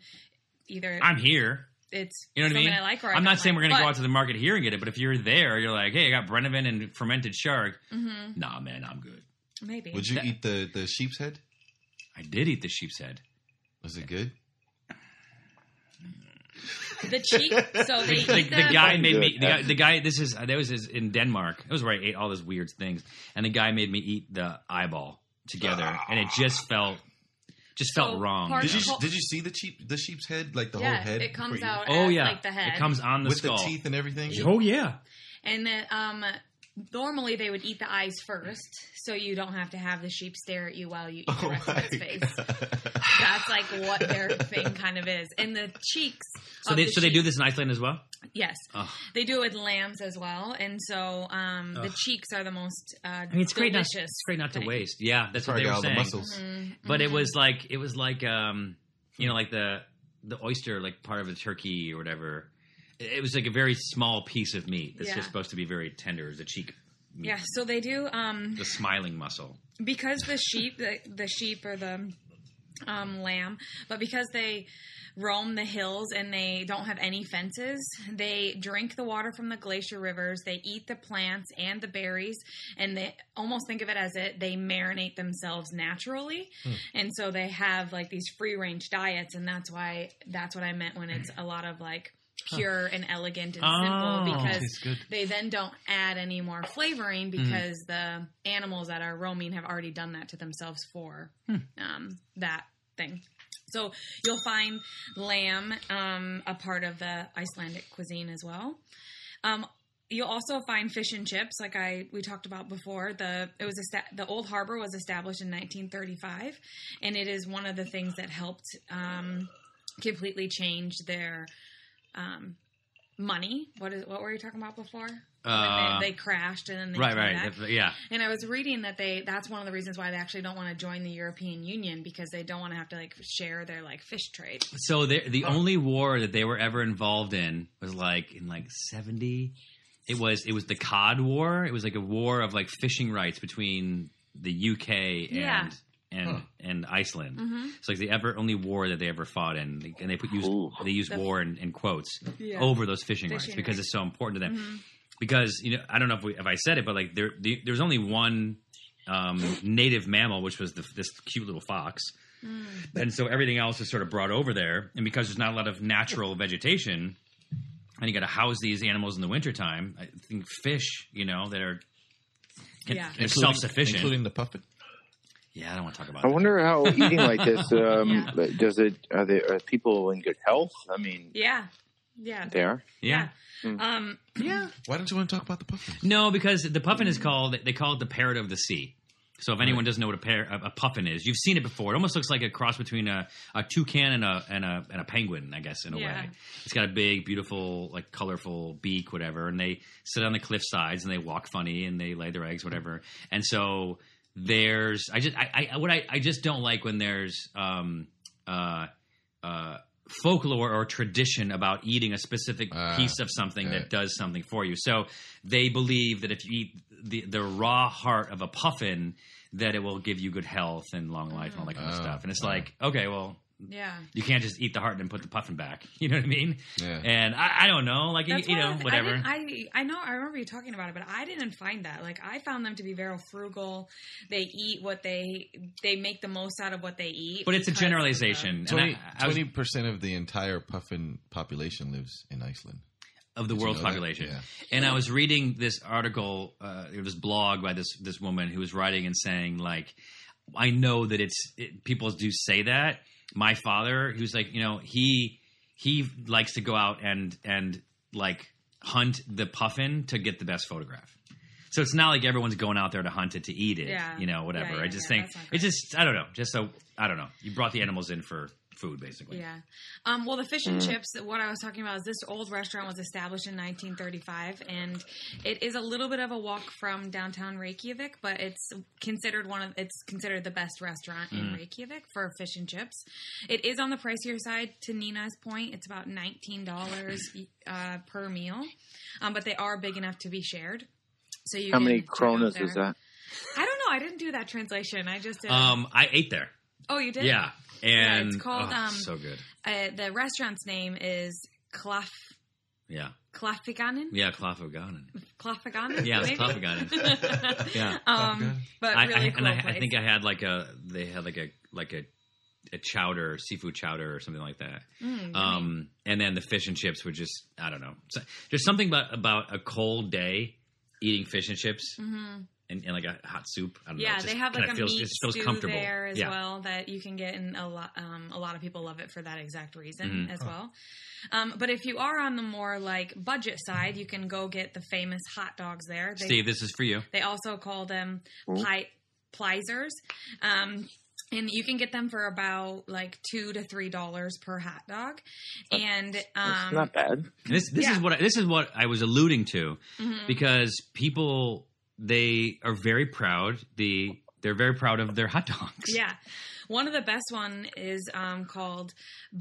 S4: either
S3: I'm here.
S4: it's
S3: You know what I
S4: something
S3: mean?
S4: I like or I
S3: I'm not
S4: don't
S3: saying
S4: like,
S3: we're gonna
S4: but-
S3: go out to the market here and get it, but if you're there, you're like, hey, I got Brenovan and fermented shark.
S4: Mhm,
S3: Nah, man, I'm good.
S4: maybe.
S2: Would you
S3: That-
S2: eat the the sheep's head?
S3: I did eat the sheep's head.
S2: Was it good?
S4: the cheek. So they
S3: the,
S4: eat
S3: the
S4: them-
S3: guy made me.
S5: Good.
S3: The guy, the guy. This is that was his, in Denmark. That was where I ate all those weird things, and the guy made me eat the eyeball together, and it just felt just felt
S4: So
S3: wrong.
S4: part-
S2: Did you
S4: Yeah.
S2: did you see the sheep the sheep's head like the
S4: Yeah,
S2: whole head?
S4: it comes
S2: before you-
S4: out
S3: oh
S4: as,
S3: yeah,
S4: like the head.
S3: it comes on the
S2: with
S3: skull.
S2: the teeth and everything.
S3: Oh yeah,
S4: And then um, normally they would eat the eyes first, so you don't have to have the sheep stare at you while you eat the
S2: Oh
S4: rest of
S2: my
S4: its face.
S2: God.
S4: That's like what their thing kind of is. And the cheeks.
S3: so
S4: of
S3: they
S4: the
S3: so they do
S4: sheep-
S3: this in Iceland as well.
S4: Yes,
S3: Oh.
S4: they do it with lambs as well. And so um, the
S3: Ugh.
S4: cheeks are the most. Uh,
S3: I mean, it's great not
S4: delicious
S3: it's great not to
S4: thing.
S3: waste. Yeah, that's what
S2: Probably
S3: they
S2: got
S3: were
S2: all the
S3: saying.
S2: muscles.
S4: Mhm,
S3: But it
S4: mhm.
S3: was like it was like um, you know, like the the oyster, like part of the turkey or whatever. It it was like a very small piece of meat that's
S4: Yeah.
S3: just supposed to be very tender, the cheek
S4: Yeah, so they do um,
S3: the smiling muscle.
S4: because the sheep, the, the sheep or the um, lamb, but because they roam the hills and they don't have any fences, they drink the water from the glacier rivers, they eat the plants and the berries, and they almost think of it as it they marinate themselves naturally, and so they have like these free range diets, and that's why that's what I meant when it's a lot of like pure and elegant and
S3: Oh,
S4: simple because
S3: good.
S4: they then don't add any more flavoring because the animals that are roaming have already done that to themselves for um, that thing. So you'll find lamb um, a part of the Icelandic cuisine as well. Um, you'll also find fish and chips, like I we talked about before. The it was esta- the Old Harbor was established in 1935, and it is one of the things that helped um, completely change their um, money. What is what were you talking about before?
S3: Uh,
S4: they, they crashed and then they
S3: right,
S4: came
S3: right.
S4: back.
S3: That's- yeah.
S4: And I was reading that they that's one of the reasons why they actually don't want to join the European Union because they don't want to have to like share their like fish trade.
S3: So the the only war that they were ever involved in was like in like seventy. It was it was the Cod War. It was like a war of like fishing rights between the UK and
S4: Yeah.
S3: and
S2: Huh.
S3: and Iceland.
S4: Mhm.
S3: It's like the ever only war that they ever fought in, and they put used
S5: Ooh.
S3: they used
S4: The-
S3: war in, in quotes
S4: Yeah.
S3: over those fishing, rights
S4: Fishing
S3: because
S4: rights. Mm-hmm.
S3: it's so important to them. Because you know, I don't know if, we, if I said it, but like there the, there was only one um, native mammal, which was the, this cute little fox,
S4: Mm-hmm.
S3: and so everything else is sort of brought over there. And because there's not a lot of natural vegetation, and you got to house these animals in the wintertime, I think fish, you know, that are can,
S4: Yeah.
S3: are self sufficient.
S2: including the puppet.
S3: Yeah, I don't want to talk about.
S5: I wonder how eating like this um,
S4: Yeah.
S5: does it. Are, they, are people in good health? I mean,
S4: Yeah. Yeah.
S5: they are.
S3: that. yeah.
S4: Um
S2: Why don't you want to talk about the puffin?
S3: No, because the puffin is called they call it the parrot of the sea. So if anyone doesn't know what a, par- a a puffin is, you've seen it before. It almost looks like a cross between a, a toucan and a, and a and a penguin, I guess, in a
S4: Yeah.
S3: way. It's got a big, beautiful, like colorful beak, whatever. And they sit on the cliff sides and they walk funny and they lay their eggs, whatever. And so there's I just I, I what I, I just don't like when there's um uh uh folklore or tradition about eating a specific
S2: Ah.
S3: piece of something
S2: Yeah.
S3: that does something for you. So they believe that if you eat the, the raw heart of a puffin, that it will give you good health and long life and all that kind of
S2: Oh,
S3: stuff. And it's
S2: wow.
S3: like, okay, well,
S4: yeah.
S3: you can't just eat the heart and then put the puffin back. You know what I mean?
S2: Yeah.
S3: And I, I don't know, like you,
S4: That's
S3: you
S4: one
S3: know,
S4: of the-
S3: whatever.
S4: I, didn't- I I know I remember you talking about it, but I didn't find that. Like I found them to be very frugal. They eat what they they make the most out of what they eat.
S3: but it's a
S4: because of the-
S3: generalization.
S2: Twenty
S3: and I, I was-
S2: percent of the entire puffin population lives in Iceland.
S3: of the
S2: Did you
S3: world's
S2: know that?
S3: population.
S2: Yeah.
S3: And I was reading this article, uh, it was blog by this this woman who was writing and saying like, I know that it's it, people do say that. My father, he was like, you know, he he likes to go out and and like hunt the puffin to get the best photograph. So it's not like everyone's going out there to hunt it to eat it,
S4: Yeah.
S3: you know, whatever.
S4: Yeah, yeah,
S3: I just
S4: yeah,
S3: think
S4: that's not
S3: it's
S4: great.
S3: just I don't know, just so I don't know. You brought the animals in for food, basically.
S4: Yeah. Um, well, the fish
S5: Mm.
S4: and chips, what I was talking about is this old restaurant was established in 1935, and it is a little bit of a walk from downtown Reykjavik, but it's considered one of it's considered the best restaurant
S5: Mm.
S4: in Reykjavik for fish and chips. It is on the pricier side. To Nina's point, it's about nineteen dollars uh, per meal, um, but they are big enough to be shared. So you
S5: How
S4: can
S5: many
S4: check out
S5: kronas
S4: their-
S5: is that? Uh,
S4: I don't know. I didn't do that translation. I just did.
S3: Um, I ate there.
S4: oh, you did.
S3: Yeah.
S4: Yeah,
S3: And
S4: it's called,
S3: oh,
S4: um,
S3: so good.
S4: Uh, the restaurant's name is Klaf
S3: Yeah.
S4: Klafiganen.
S3: Yeah, Klafoganen.
S4: Klafiganen.
S3: Yeah, it's
S4: maybe?
S3: Klafiganen. Yeah.
S4: Um, but
S3: I,
S4: really
S3: I,
S4: cool
S3: and I,
S4: place.
S3: I think I had like a they had like a like a a chowder, seafood chowder or something like that.
S4: Mm,
S3: Um, and then the fish and chips were just I don't know. So, there's something about about a cold day eating fish and chips
S4: mhm.
S3: and, and like a hot soup. I don't know. it
S4: Yeah,
S3: just
S4: they have like
S3: kinda
S4: a
S3: feels,
S4: meat
S3: it feels
S4: stew
S3: comfortable.
S4: there as
S3: yeah.
S4: well that you can get, and a lot um, a lot of people love it for that exact reason
S3: Mhm.
S4: as well. Um, but if you are on the more like budget side, you can go get the famous hot dogs there. They,
S3: Steve, this is for you.
S4: They also call them pli- plizers. Um, and you can get them for about like two to three dollars per hot dog, and
S5: It's
S4: um,
S5: not bad.
S3: And this this is
S4: Yeah.
S3: what I, this is what I was alluding to
S4: mhm.
S3: because people they are very proud. The they're very proud of their hot dogs.
S4: Yeah. One of the best one is um, called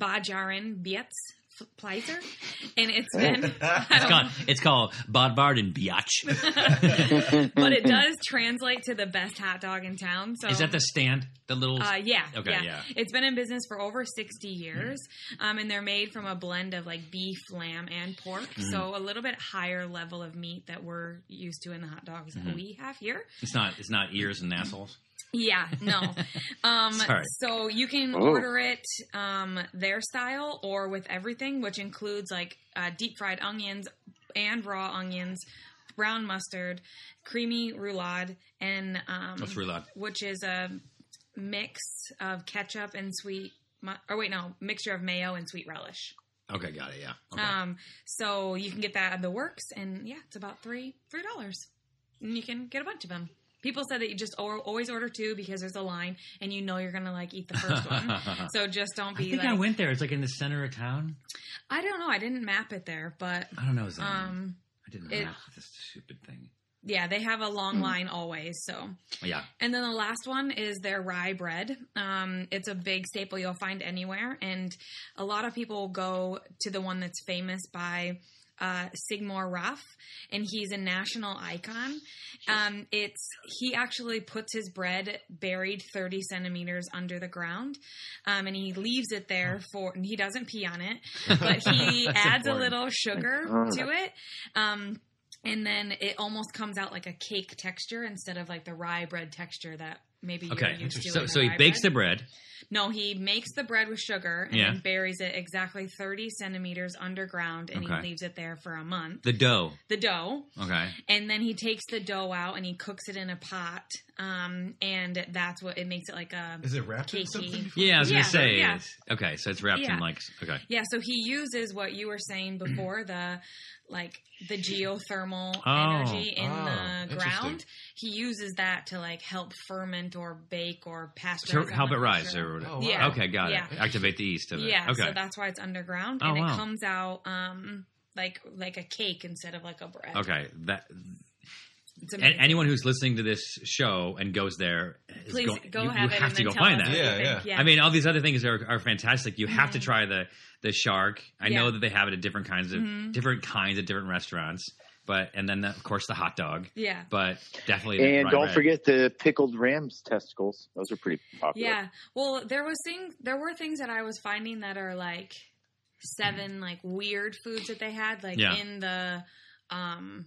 S4: Bajarin Bietz Pleiser. And it's been
S3: It's called, it's called Bodvard and Biatch.
S4: but it does translate to the best hot dog in town. So
S3: Is that the stand? The little
S4: uh, yeah,
S3: Okay,
S4: yeah.
S3: yeah. Mm-hmm.
S4: It's been in business for over 60 years, um, and they're made from a blend of like beef, lamb, and pork.
S3: Mm-hmm.
S4: So a little bit higher level of meat that we're used to in the hot dogs
S3: Mm-hmm.
S4: that we have here.
S3: It's not. It's not ears and assholes.
S4: Yeah, no. Um,
S3: Sorry.
S4: so you can
S5: Oh.
S4: order it um, their style or with everything, which includes like uh, deep fried onions and raw onions, brown mustard, creamy roulade, and um,
S3: That's real Oh, loud.
S4: which is a mix of ketchup and sweet. Mu- or wait, no, mixture of mayo and sweet relish.
S3: Okay, got it. Yeah. Okay.
S4: Um, so you can get that at the works, and yeah, it's about three three dollars, and you can get a bunch of them. people said that you just or, always order two because there's a line and you know you're gonna like eat the first one. so just don't
S3: I
S4: be
S3: think
S4: like.
S3: I went there. It's like in the center of town.
S4: I don't know. I didn't map it there, but
S3: I don't know. Zion.
S4: um,
S3: I didn't
S4: it-
S3: map this stupid thing. Oh,
S4: yeah, they have a
S3: Mm.
S4: long line always. So
S3: Yeah.
S4: And then the last one is their rye bread. Um, it's a big staple you'll find anywhere, and a lot of people go to the one that's famous by uh, Sigmor Ruff, and he's a national icon. Um, it's he actually puts his bread buried thirty centimeters under the ground, um, and he leaves it there for. And he doesn't pee on it, but he
S3: That's
S4: adds a
S3: important.
S4: little sugar
S5: Oh.
S4: to it. Um, and then it almost comes out like a cake texture instead of like the rye bread texture that maybe you're
S3: Okay.
S4: used to.
S3: So
S4: in
S3: so
S4: a
S3: he
S4: rye
S3: bakes
S4: bread.
S3: the bread.
S4: No, he makes the bread with sugar and
S3: Yeah.
S4: then buries it exactly 30 centimeters underground and
S3: Okay.
S4: he leaves it there for a month.
S3: The dough.
S4: The dough.
S3: Okay.
S4: And then he takes the dough out and he cooks it in a pot. Um, and that's what it makes it like a.
S8: Is it wrapped in
S4: Cakey.
S8: something?
S3: Yeah, I was
S4: Yeah,
S3: gonna say.
S4: yeah.
S3: it's- Okay, so it's wrapped in
S4: Yeah.
S3: like okay.
S4: Yeah, so he uses what you were saying before the like the geothermal
S3: Oh,
S4: energy in
S2: oh,
S4: the
S2: interesting.
S4: ground. He uses that to like help ferment or bake or
S3: So
S4: pasteurize. I'm
S3: help it
S4: not
S3: rise
S4: sure.
S3: or whatever.
S8: Oh,
S4: Yeah.
S3: Okay, got
S4: Yeah.
S3: it. Activate the yeast of it.
S4: Yeah,
S3: Okay.
S4: so that's why it's underground
S3: Oh,
S4: and
S3: wow.
S4: it comes out um like like a cake instead of like a bread.
S3: okay. That
S4: It's
S3: a-
S4: amazing.
S3: anyone who's listening to this show and goes there, is
S4: Please
S3: going-
S4: go
S3: you,
S4: have
S3: you
S4: it
S3: have
S4: and
S3: to
S4: then
S3: go
S4: tell
S3: find
S4: us
S3: that.
S4: what you
S8: Yeah,
S4: think.
S3: I mean, all these other things are, are fantastic. You have to
S4: Mhm.
S3: try the the shark. I know
S4: Yeah.
S3: that they have it at different kinds of
S4: Mhm.
S3: different kinds at different restaurants, but and then of course the hot dog.
S4: yeah.
S3: But definitely, the
S5: And
S3: rye
S5: don't
S3: bread.
S5: forget the pickled ram's testicles. Those are pretty popular.
S4: Yeah. Well, there was thing there were things that I was finding that are like seven like weird foods that they had like
S3: Yeah.
S4: in the um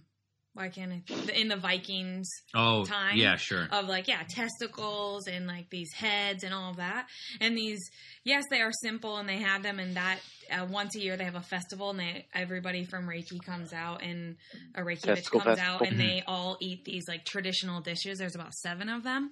S4: why can't I the- in the Vikings
S3: Oh,
S4: time
S3: yeah, sure.
S4: of like yeah testicles and like these heads and all of that and these yes they are simple and they have them and that uh, once a year they have a festival and they everybody from Reiki comes out and a Reiki bitch
S5: Testicle
S4: comes out
S5: festival.
S4: and they all eat these like traditional dishes there's about seven of them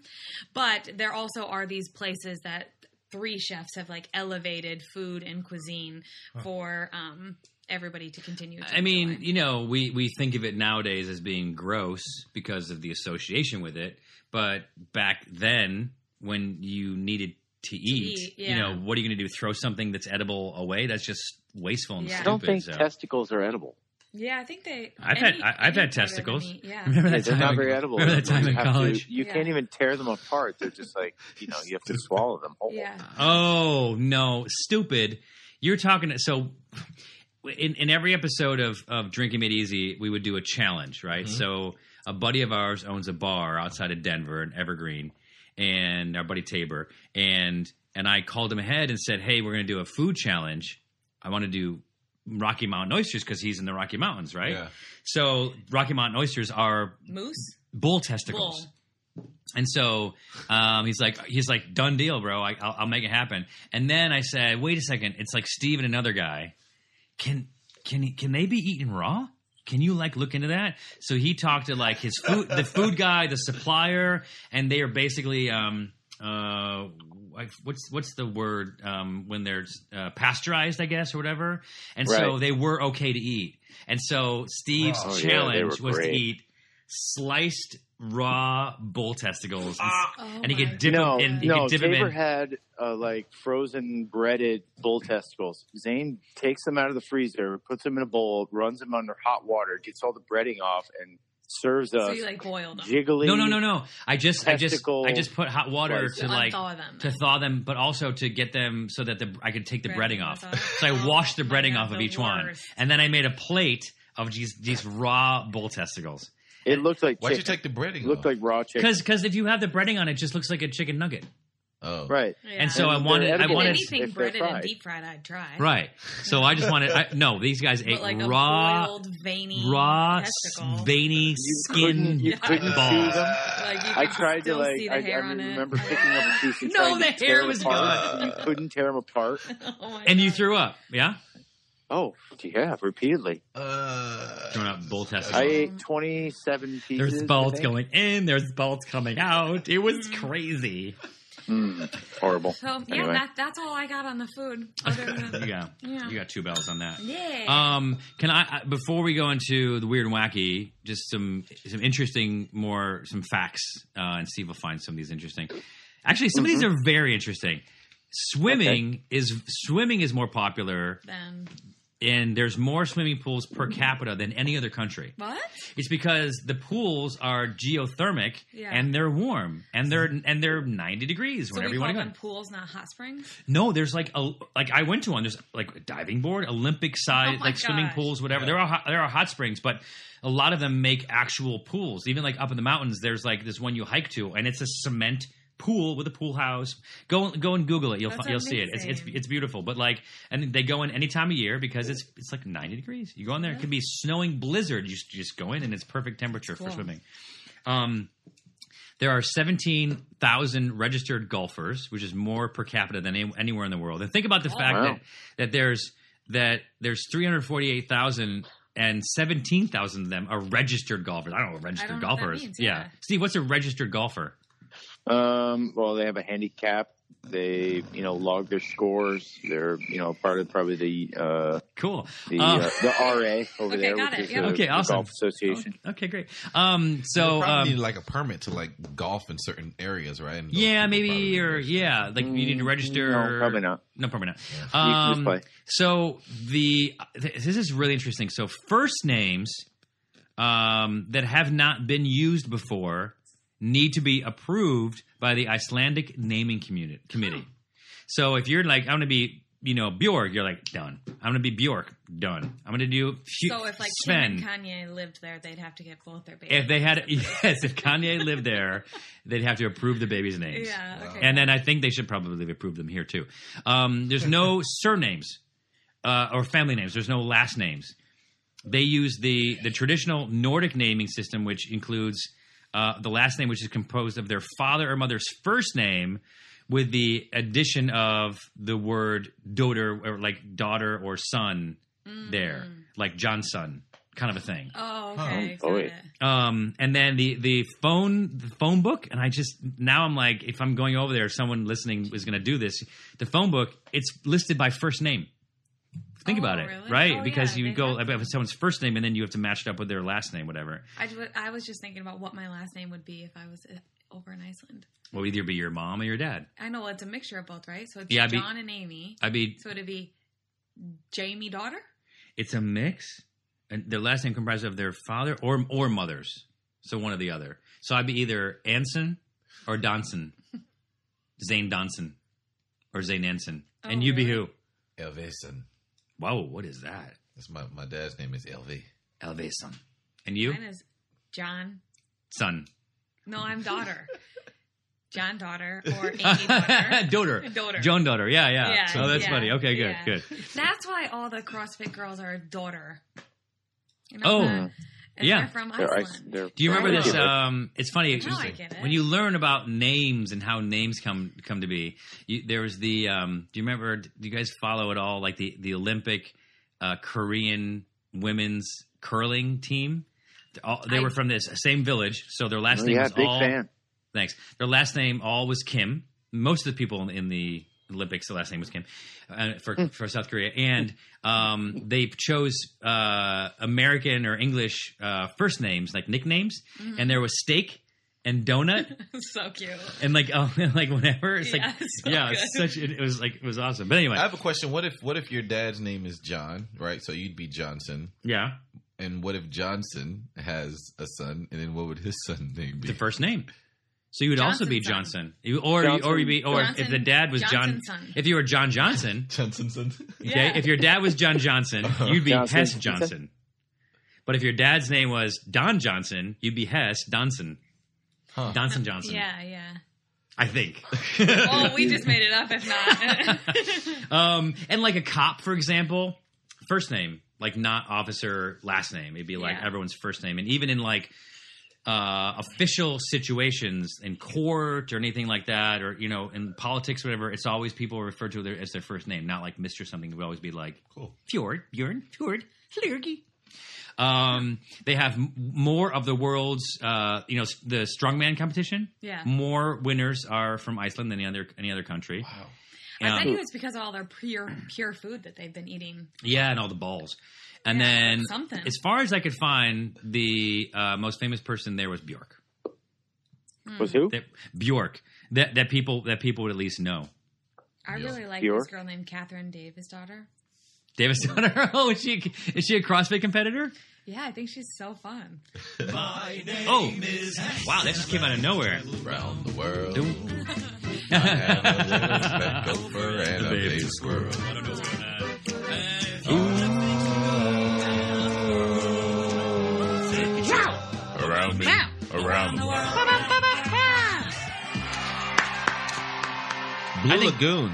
S4: but there also are these places that three chefs have like elevated food and cuisine for um everybody to continue to
S3: I mean,
S4: enjoy.
S3: you know, we we think of it nowadays as being gross because of the association with it, but back then when you needed to eat,
S4: eat,
S3: you
S4: yeah.
S3: know, what are you going to do? Throw something that's edible away? That's just wasteful and
S4: Yeah.
S5: I
S3: stupid.
S5: don't think
S3: so.
S5: testicles are edible.
S4: yeah i think they
S3: I've had- I- I've had
S4: part of the
S3: testicles.
S4: meat, yeah
S3: Remember that
S5: They're
S3: time?
S5: not
S3: in-
S5: very edible.
S3: Remember that time
S5: you
S3: in
S5: have to-
S3: college?
S5: you
S4: Yeah.
S5: can't even tear them apart. They're just like you know you have to swallow them whole.
S4: yeah
S3: Oh no, stupid! You're talking so. In, in every episode of, of Drinking It Easy, we would do a challenge, right? So a buddy of ours owns a bar outside of Denver in Evergreen, and our buddy Tabor and and I called him ahead and said, "Hey, we're going to do a food challenge. I want to do Rocky Mountain oysters because he's in the Rocky Mountains, right?
S8: Yeah.
S3: So Rocky Mountain oysters are
S4: moose
S3: bull testicles.
S4: Bull.
S3: And so um, he's like, he's like, done deal, bro. I, I'll, I'll make it happen. And then I said, wait a second. It's like Steve and another guy. Can can he- can they be eaten raw? Can you like look into that? So he talked to like his food, the food guy, the supplier, and they are basically um uh like, what's what's the word um when they're uh, pasteurized, I guess, or whatever. And so
S5: Right.
S3: they were okay to eat. And so Steve's
S5: Oh, yeah, they
S3: challenge
S5: were
S3: was to
S5: great.
S3: eat sliced raw bull testicles, and,
S4: Oh
S3: and he
S4: my
S3: could dip
S5: no,
S3: them in. He
S5: no.
S3: could dip 'em
S5: Tabor
S3: in.
S5: had uh, like frozen breaded bull testicles. Zane takes them out of the freezer, puts them in a bowl, runs them under hot water, gets all the breading off, and serves
S4: So
S5: us
S4: you like boiled them.
S5: jiggly.
S3: No, no, no, no. I just, I just,
S5: Testicle
S3: I just put hot water
S5: slices.
S3: to like
S4: Unthaw them.
S3: to thaw them, but also to get them so that the I could take the
S4: Breading
S3: breading off.
S4: off.
S3: So I washed the
S4: Oh my
S3: breading
S4: God,
S3: off of
S4: the
S3: each one,
S4: worst.
S3: and then I made a plate of these these raw bull testicles.
S5: It looked like
S2: Why'd you
S5: chicken.
S2: take the breading?
S5: It looked
S2: off?
S5: like raw chicken.
S3: Because if you have the breading on, it just looks like a chicken nugget.
S2: oh,
S5: Right.
S4: Yeah.
S3: And so I
S5: And
S3: wanted,
S5: they're
S3: I
S5: edible.
S3: wanted.
S4: anything
S5: if they're
S4: breaded and
S5: fried.
S4: deep fried, I'd try.
S3: Right, so I just wanted. I, no, these guys ate
S4: But like
S3: raw,
S4: a boiled, veiny
S3: raw,
S4: testicle.
S3: veiny
S5: You
S3: skin
S5: couldn't. You couldn't chew
S3: balls.
S5: them.
S4: like you
S5: I
S4: could
S5: tried to
S4: still
S5: like.
S4: see the
S5: I, I
S4: hair on it.
S5: remember picking up a piece and
S3: No,
S5: trying to
S3: the hair
S5: tear it
S3: was
S5: apart. You couldn't tear them apart.
S4: Oh my
S3: And you
S4: God.
S3: threw up, yeah?
S5: Oh yeah, repeatedly.
S2: Uh,
S3: Throwing up bull
S5: I
S3: testicles.
S5: ate twenty-seven pieces.
S3: There's
S5: I
S3: bolts
S5: think.
S3: going in, there's bolts coming out. It was crazy.
S5: Horrible.
S4: So yeah,
S5: anyway.
S4: that, that's all I got on the food. Other
S3: You
S4: than
S3: got you got two bells on that.
S4: yeah.
S3: Um, can I I- before we go into the weird and wacky, just some some interesting more some facts, uh, and Steve will find some of these interesting. Actually, some
S5: Mm-hmm.
S3: of these are very interesting. Swimming is swimming is more popular,
S4: then
S3: and there's more swimming pools per capita than any other country.
S4: what?
S3: It's because the pools are geothermic
S4: Yeah.
S3: and they're warm and they're and they're 90 degrees
S4: So
S3: whenever
S4: we
S3: you
S4: call
S3: want to go.
S4: them pools, not hot springs.
S3: No, there's like a like I went to one. There's like a diving board, Olympic size,
S4: Oh my
S3: like swimming
S4: gosh.
S3: pools, whatever. There are hot, there are hot springs, but a lot of them make actual pools. Even like up in the mountains, there's like this one you hike to, and it's a cement pool with a pool house. Go go and Google it. You'll
S4: That's
S3: fi- you'll see it. It's, it's
S4: amazing.
S3: it's beautiful. But like, and they go in any time of year because it's it's like 90 degrees. You go in there, it can be snowing blizzard. You just, you just go in, and it's perfect temperature for
S4: cool.
S3: swimming. Um, there are 17,000 registered golfers, which is more per capita than any, anywhere in the world. And think about the fact
S5: wow.
S3: that, that there's that there's 348,000 and 17,000 of them are registered golfers. I don't know what registered
S4: know what that
S3: golfer is.
S4: means,
S3: yeah.
S4: yeah.
S3: Steve, what's a registered golfer?
S5: Um, well, they have a handicap. They, you know, log their scores. They're, you know, part of probably the uh,
S3: Cool.
S5: the
S3: Uh,
S5: uh, the RA over
S4: Okay,
S5: there,
S4: got
S5: which
S4: it,
S5: is
S4: yeah.
S5: the,
S3: Okay,
S5: the
S3: awesome.
S5: golf association.
S3: Oh, okay, great. Um, so,
S2: So probably
S3: um,
S2: need like a permit to like golf in certain areas, right? And those
S3: yeah,
S2: people probably
S3: maybe, or
S2: register.
S3: yeah, like you need to register.
S5: Mm, No, probably not.
S3: No, probably not.
S5: You can just
S3: Um,
S5: play.
S3: So the th- this is really interesting. So first names um, that have not been used before need to be approved by the Icelandic naming communi- committee. So if you're like, I'm going to be, you know, Bjork, you're like done. I'm going to be Bjork, done. I'm going to do Fu-
S4: So if like
S3: Sven.
S4: Kim and Kanye lived there, they'd have to get both their babies.
S3: if they had, yes, if Kanye lived there, they'd have to approve the baby's names.
S4: yeah. Okay.
S3: And then I think they should probably approve them here too. Um, there's no surnames uh, or family names. There's no last names. They use the the traditional Nordic naming system, which includes uh, the last name, which is composed of their father or mother's first name, with the addition of the word daughter or like daughter or son there, like Johnson, kind of a thing.
S4: oh, okay.
S5: Oh,
S4: got
S5: wait.
S4: it.
S3: Um, and then the the phone the phone book, and I just now I'm like, if I'm going over there, someone listening is going to do this. The phone book, it's listed by first name. Think
S4: Oh,
S3: about it,
S4: really?
S3: right?
S4: Oh,
S3: because
S4: yeah,
S3: you
S4: they
S3: go
S4: have
S3: with someone's first name, and then you have to match it up with their last name, whatever.
S4: I, ju- I was just thinking about what my last name would be if I was uh, over in Iceland.
S3: Well, either be your mom or your dad.
S4: I know it's a mixture of both, right? So it's
S3: Yeah, I'd be-
S4: John and Amy.
S3: I mean,
S4: So it'd be Jamie daughter.
S3: it's a mix, and their last name comprises of their father or or mother's, so one or the other. So I'd be either Anson or Donson, Zane Donson, or Zane Anson, and
S4: Oh,
S3: you'd be
S4: really?
S3: who?
S2: Elveson.
S3: Whoa, what is that?
S2: That's my my dad's name is LV.
S3: Elveson. And you?
S4: Mine is John.
S3: Son.
S4: No, I'm daughter. John daughter or Amy daughter.
S3: Daughter.
S4: Daughter.
S3: Joan daughter. Yeah, yeah.
S4: Yeah,
S3: oh, that's
S4: yeah,
S3: funny. Okay, good,
S4: yeah.
S3: good.
S4: That's why all the CrossFit girls are daughter. You
S3: Oh,
S4: the- if
S3: yeah.
S4: They're from
S5: They're
S4: Iceland.
S5: ice- they're-
S3: Do you remember
S5: they're-
S3: this?
S5: they're-
S3: Um, it's funny.
S4: Now I get it.
S3: When you learn about names and how names come come to be, you, there was the. Um, do you remember? Do you guys follow at all? Like the the Olympic uh, Korean women's curling team. They're All, they
S4: I-
S3: were from this same village, so their last
S5: Oh,
S3: name
S5: yeah,
S3: was
S5: big
S3: all
S5: fan.
S3: Thanks. Their last name all was Kim. Most of the people in, in the Olympics, the last name was Kim uh, for for South Korea, and um, they chose uh, American or English uh, first names, like nicknames,
S4: Mm-hmm.
S3: and there was steak and donut
S4: so cute.
S3: and like oh, and like whatever. It's
S4: Yeah,
S3: like
S4: it's so
S3: yeah, it's
S4: good.
S3: such it, it was like it was awesome. But anyway,
S2: I have a question. What if what if your dad's name is John, right? So you'd be Johnson.
S3: yeah,
S2: And what if Johnson has a son? And then what would his son name be?
S3: the first name. So you would also be Johnson,
S4: Johnson's
S3: You- or you or you be or if- if the
S4: Johnson-
S3: dad was John,
S4: Johnson's son.
S3: if you were John Johnson.
S2: Johnson son.
S3: Okay,
S4: Yeah.
S3: if your dad was John Johnson, you'd be
S5: Johnson.
S3: Hess Johnson. But if your dad's name was Don Johnson, you'd be Hess Donson.
S2: Huh.
S3: Donson Johnson.
S4: Yeah, yeah.
S3: I think.
S4: Oh, we just made it up if not.
S3: um, and like a cop, for example, first name, like not officer, last name. It'd be like
S4: Yeah.
S3: everyone's first name. And even in like uh, official situations in court or anything like that, or, you know, in politics, whatever, it's always people refer to their, as their first name, not like Mr. something. It would always be like
S2: Cool.
S3: Fjord, Bjorn, Fjord, Lurgy. Um, they have m- more of the world's, uh, you know, s- the strongman competition.
S4: Yeah.
S3: More winners are from Iceland than any other any other country.
S4: I bet
S3: Um,
S4: you it's because of all their pure pure food that they've been eating.
S3: yeah, and all the balls. And
S4: Yeah,
S3: then,
S4: something.
S3: as far as I could find, the uh, most famous person there was Bjork.
S4: Hmm.
S5: Was who?
S3: That, Bjork. That that people that people would at least know.
S4: I
S2: Yeah.
S4: really like
S5: Pure?
S4: this girl named Catherine Davis' daughter.
S3: Davis Donner. Oh, is she is she a CrossFit competitor?
S4: Yeah, I think she's so fun.
S3: Oh, wow, that just came out of nowhere.
S2: Around the world.
S3: Doom.
S2: I have a little speck gopher and a
S3: Baby
S2: baby squirrel. Around me. Around the world.
S8: Blue
S3: I think-
S8: Lagoon.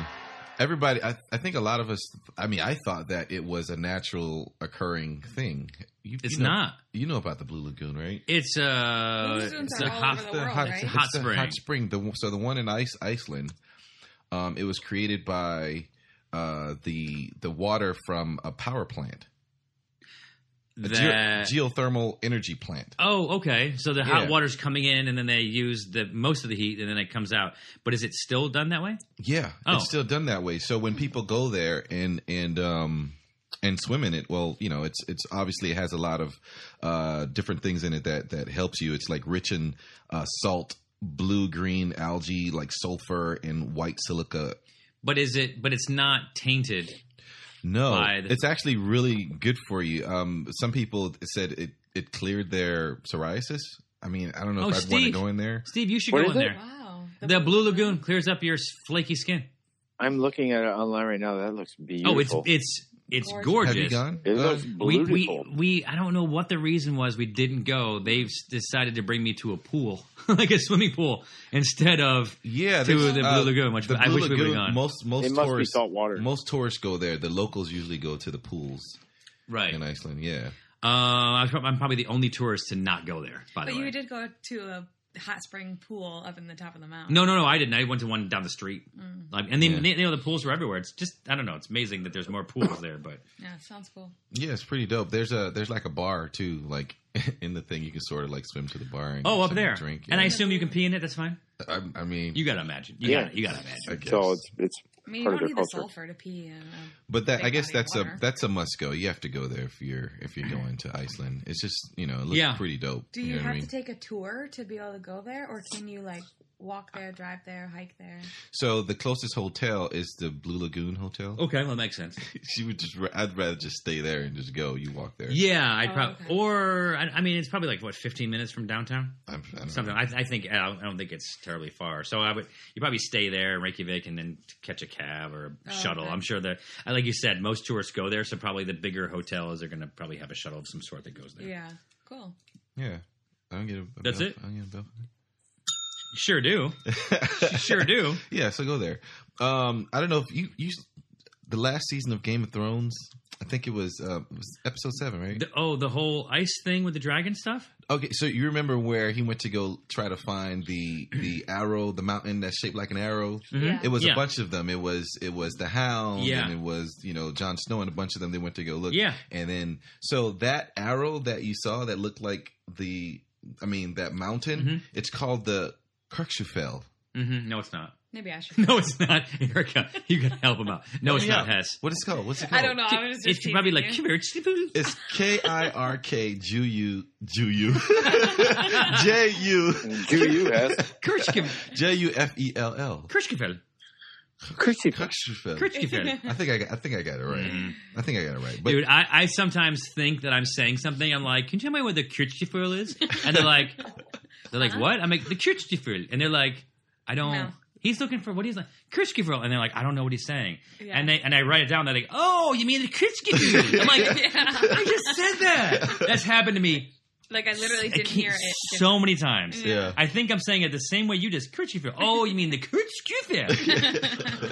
S2: Everybody, I, I think a lot of us, I mean, I thought that it was a natural occurring thing. You,
S3: It's
S2: you know-
S3: not.
S2: You know about the Blue Lagoon, right?
S3: It's uh,
S4: Those dunes
S3: it's
S4: are
S3: a
S4: all
S3: hot-
S4: over the world, right?
S3: hot
S2: it's the
S3: spring.
S2: hot spring. The, so the one in Ice, Iceland, um, it was created by uh, the the water from a power plant, a geo-
S3: that-
S2: geothermal energy plant.
S3: Oh, okay. So the hot
S2: Yeah.
S3: water's coming in, and then they use the most of the heat, and then it comes out. But is it still done that way?
S2: Yeah,
S3: Oh.
S2: it's still done that way. So when people go there and and um and swim in it, well, you know, it's it's obviously it has a lot of uh different things in it that that helps you. It's like rich in uh, salt, blue green algae, like sulfur and white silica.
S3: But is it? But it's not tainted.
S2: No,
S3: By the-
S2: it's actually really good for you. Um, some people said it it cleared their psoriasis. I mean, I don't know
S3: Oh,
S2: if I'd want to
S3: Steve.
S2: go in there.
S3: Steve, you should
S5: What
S3: go
S5: is
S3: in
S5: it?
S3: there.
S4: Wow.
S3: The blue lagoon clears up your s- flaky skin.
S5: I'm looking at it online right now. That looks beautiful.
S3: Oh, it's it's it's
S4: Gorgeous.
S3: gorgeous.
S2: Have you gone?
S5: It
S2: Uh,
S5: looks
S3: We,
S5: beautiful.
S3: we we I don't know what the reason was we didn't go. They've s- decided to bring me to a pool, like a swimming pool, instead of
S2: Yeah,
S3: to
S2: there's-
S3: the Blue
S2: uh,
S3: Lagoon, which
S2: the
S3: I
S2: Blue
S3: wish we would have
S2: Lagoon,
S3: gone.
S2: Most most
S5: it must be
S2: tourists
S5: salt water.
S2: most tourists go there. The locals usually go to the pools
S3: right.
S2: in Iceland. Yeah,
S3: Uh, I'm prob- I'm probably the only tourist to not go there. By
S4: But
S3: the way,
S4: you did go to a hot spring pool up in the top of the mountain.
S3: no, no, no, I didn't. I went to one down the street.
S4: Mm.
S3: Like, and then
S2: Yeah.
S3: they, you know the pools were everywhere. It's just I don't know. It's amazing that there's more pools there, but
S4: Yeah, sounds cool.
S2: yeah, it's pretty dope. There's a there's like a bar too, like in the thing you can sort of like swim to the bar and
S3: oh, up
S2: get something to
S3: there.
S2: Drink.
S3: And I
S2: yeah.
S3: assume you can pee in it. That's fine.
S2: I, I mean,
S3: You gotta imagine. You
S5: Yeah.
S3: gotta you gotta imagine.
S2: I guess.
S5: so it's it's
S4: I mean, you
S5: part of
S4: don't
S5: their
S4: need the
S5: culture.
S4: sulfur to pee. In um, a-
S2: but that I
S4: big
S2: guess
S4: body of
S2: that's
S4: water.
S2: a that's a must go. You have to go there if you're if you're going to Iceland. It's just you know it looks
S3: Yeah.
S2: pretty dope.
S4: Do you,
S2: know what
S4: have
S2: I mean?
S4: to take a tour to be able to go there, or can you like walk there, drive there, hike there?
S2: so the closest hotel is the Blue Lagoon Hotel.
S3: Okay, well, that makes sense.
S2: She would just. ra- I'd rather just stay there and just go. You walk there.
S3: Yeah, I
S4: Oh,
S3: probably
S4: okay.
S3: or I, I mean it's probably like what 15 minutes from downtown.
S2: I'm, I don't know.
S3: Something I, I think I don't, I don't think it's terribly far. So I would you probably stay there in Reykjavik and then catch a cab or a
S4: Oh,
S3: shuttle.
S4: okay.
S3: I'm sure that I- like you said, most tourists go there, so probably the bigger hotels are going to probably have a shuttle of some sort that goes there.
S4: Yeah, cool.
S2: Yeah. I don't get a, a
S3: That's
S2: bell-
S3: it?
S2: I don't get a bell.
S3: Sure do, sure do.
S2: Yeah, so go there. Um, I don't know if you you the last season of Game of Thrones. I think it was, uh, it was episode seven, right?
S3: The, oh, the whole ice thing with the dragon stuff.
S2: okay, so you remember where he went to go try to find the the arrow, the mountain that's shaped like an arrow.
S4: Yeah.
S2: It was
S3: Yeah.
S2: a bunch of them. It was it was the Hound,
S3: Yeah.
S2: and it was you know Jon Snow, and a bunch of them. They went to go look,
S3: Yeah.
S2: And then so that arrow that you saw that looked like the, I mean that mountain.
S3: Mhm.
S2: It's called the Kirkshufell.
S3: hmm No, it's not.
S4: Maybe I should.
S3: No, it's not. Erica, you gotta help him out. No, it's
S2: Yeah.
S3: not Hess.
S2: What is it called? What's it
S4: I
S2: called?
S4: don't know. I was just
S3: It's probably
S4: teasing
S3: like
S4: you.
S3: come here.
S2: It's K I R K Juyu Juyu J U
S5: Do you ask?
S3: Kirschkefell.
S2: J U F E L L.
S3: Kirschkefell.
S5: Christy,
S2: Kirchhoff.
S3: Kirschkefell.
S2: I think I got, I think I got it right.
S5: Mm-hmm.
S2: I think I got it right. But
S3: Dude, I, I sometimes think that I'm saying something. I'm like, can you tell me what the Kirchgefühl is? And they're like, they're like, what? I'm like, the Kirchgefühl. And they're like, I don't.
S4: No.
S3: He's looking for what he's like, Kirchgefühl. And they're like, I don't know what he's saying.
S4: Yeah.
S3: And they and I write it down. They're like, oh, you mean the Kirchgefühl? I'm like, I just said that. That's happened to me
S4: Like I literally
S3: I
S4: didn't hear
S3: can't-
S4: it. Mm.
S3: so many times.
S2: yeah,
S3: I think I'm saying it the same way you just Kirchgefühl. Oh, you mean the Kirchgefühl?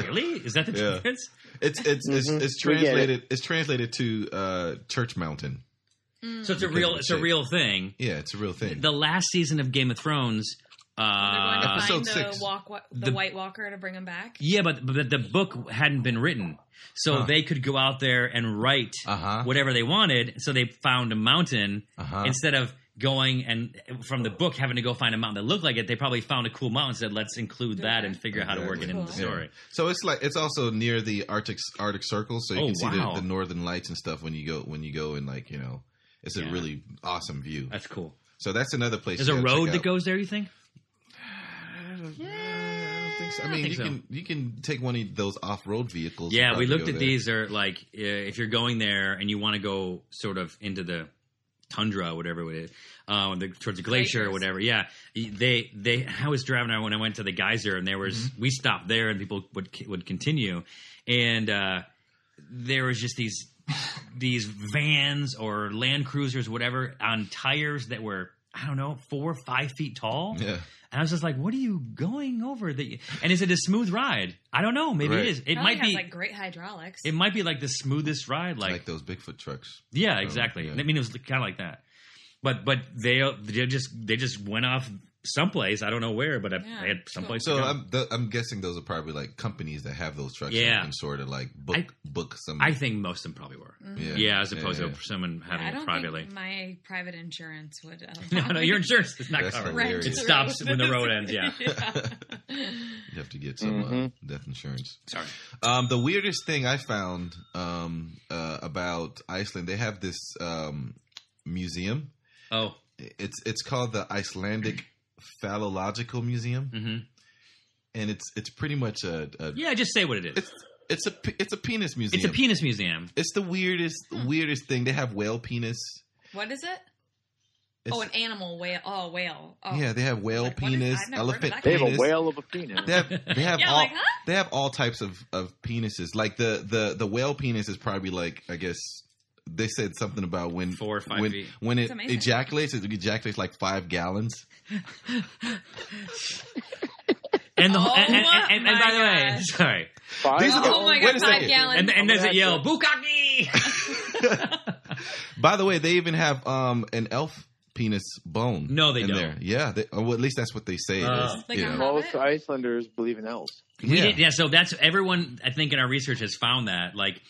S3: really? Is that the
S2: Yeah.
S3: difference?
S2: it's it's it's,
S5: Mhm.
S2: it's
S5: We get it.
S2: translated it's translated to uh, Church Mountain.
S3: So it's a
S2: Because
S4: Mm.
S3: real
S2: of the
S3: it's a
S2: shape.
S3: real thing.
S2: Yeah, it's a real thing.
S3: the last season of Game of Thrones,
S4: They're going to
S3: Uh,
S4: find
S2: Episode
S4: the,
S2: six.
S4: walk, the,
S3: The-
S4: White Walker to bring him back.
S3: yeah, but but the book hadn't been written, so
S2: Huh.
S3: they could go out there and write
S2: Uh-huh.
S3: whatever they wanted. So they found a mountain
S2: Uh-huh.
S3: instead of going and from the book having to go find a mountain that looked like it. They probably found a cool mountain and said, "Let's include that and figure out how to work it into the
S4: Cool.
S3: story."
S2: So it's like it's also near the Arctic Arctic Circle, so you
S3: Oh,
S2: can see
S3: wow.
S2: the, the northern lights and stuff when you go when you go and like you know, it's
S3: Yeah.
S2: a really awesome view.
S3: That's cool.
S2: So that's another place.
S3: There's
S2: you
S3: a
S2: gotta
S3: road
S2: check
S3: that
S2: out.
S3: goes there. You think?
S2: Uh, I don't think so. I
S3: I
S2: mean,
S3: think
S2: you
S3: so.
S2: can you can take one of those off road vehicles. and
S3: Yeah, we
S2: probably
S3: looked
S2: go
S3: at
S2: there.
S3: these. Are like uh, if you're going there and you want to go sort of into the tundra, whatever it is, um, the, towards the glacier or
S4: Glaciers.
S3: whatever. Yeah, they they. I was driving when I went to the geyser, and there was
S2: Mm-hmm.
S3: we stopped there, and people would would continue, and uh, there was just these these vans or Land Cruisers, whatever, on tires that were I don't know four or five feet tall.
S2: Yeah,
S3: And I was just like, "What are you going over?" The and is it a smooth ride? I don't know. Maybe
S2: Right.
S3: it is. It
S4: Probably
S3: might
S4: has
S3: be
S4: like great hydraulics.
S3: it might be like the smoothest ride.
S2: like,
S3: Like,
S2: those Bigfoot trucks.
S3: yeah, exactly.
S2: yeah.
S3: I mean, it was kind of like that. But but they they just they just went off someplace. I don't know where, but
S4: Yeah.
S3: they had someplace.
S2: So um,
S3: to go.
S2: I'm th- I'm guessing those are probably like companies that have those trucks.
S3: Yeah.
S2: and sort of like book
S3: I-
S2: book some.
S3: I think most of them probably were. Yeah, as opposed
S2: yeah, yeah.
S3: to someone
S4: Yeah,
S3: having
S4: I
S3: it
S4: don't
S3: privately.
S4: think my private insurance would. allow
S3: no, no,
S4: me
S3: your
S4: to
S3: insurance is not
S2: That's
S3: covered.
S2: hilarious.
S4: rent
S2: It
S4: the
S3: stops
S4: road.
S3: when the road ends, yeah.
S2: you have to get some uh, death insurance.
S3: Sorry.
S2: Um, the weirdest thing I found um, uh, about Iceland, they have this um, museum.
S3: Oh,
S2: It's it's called the Icelandic Phallological Museum,
S3: hmm
S2: and it's it's pretty much a, a
S3: yeah. Just say what it is. It's,
S2: it's it's a pe- it's a penis museum.
S3: a penis museum.
S2: It's the weirdest
S4: Hmm.
S2: weirdest thing. They have whale penis.
S4: What is it?
S2: It's-
S4: oh, an animal whale. Oh, whale. Oh.
S2: yeah, they have whale
S4: like, what is-
S2: penis,
S4: I've never heard of
S2: elephant
S4: that.
S5: They have
S2: penis.
S5: a whale of a penis.
S2: They have they have
S4: Yeah,
S2: all
S4: like, huh?
S2: they have all types of of penises. Like the the the whale penis is probably like I guess they said something about when
S3: Four or five
S2: when,
S3: feet.
S2: when it
S4: That's amazing.
S2: ejaculates it ejaculates like five gallons.
S3: And the
S4: Oh,
S3: and, and, and- and by the
S4: my
S3: way,
S4: gosh.
S3: sorry.
S5: Five
S2: These
S5: gallons.
S2: are-
S4: Oh my
S2: Wait a
S4: god, five
S2: second.
S4: gallons.
S3: And and
S5: I'm
S3: there's a
S5: gonna
S3: yell,
S5: have to-
S3: Bukaki.
S2: By the way, they even have um an elf penis bone.
S3: No, they
S2: in
S3: don't.
S2: There. Yeah, they, or at least that's what they say. it
S3: Oh.
S2: is,
S4: Like
S2: you
S4: a
S2: know.
S4: hot-
S5: Most Icelanders believe in elves.
S3: We
S2: Yeah.
S3: did, yeah. So that's everyone. I think in our research has found that like,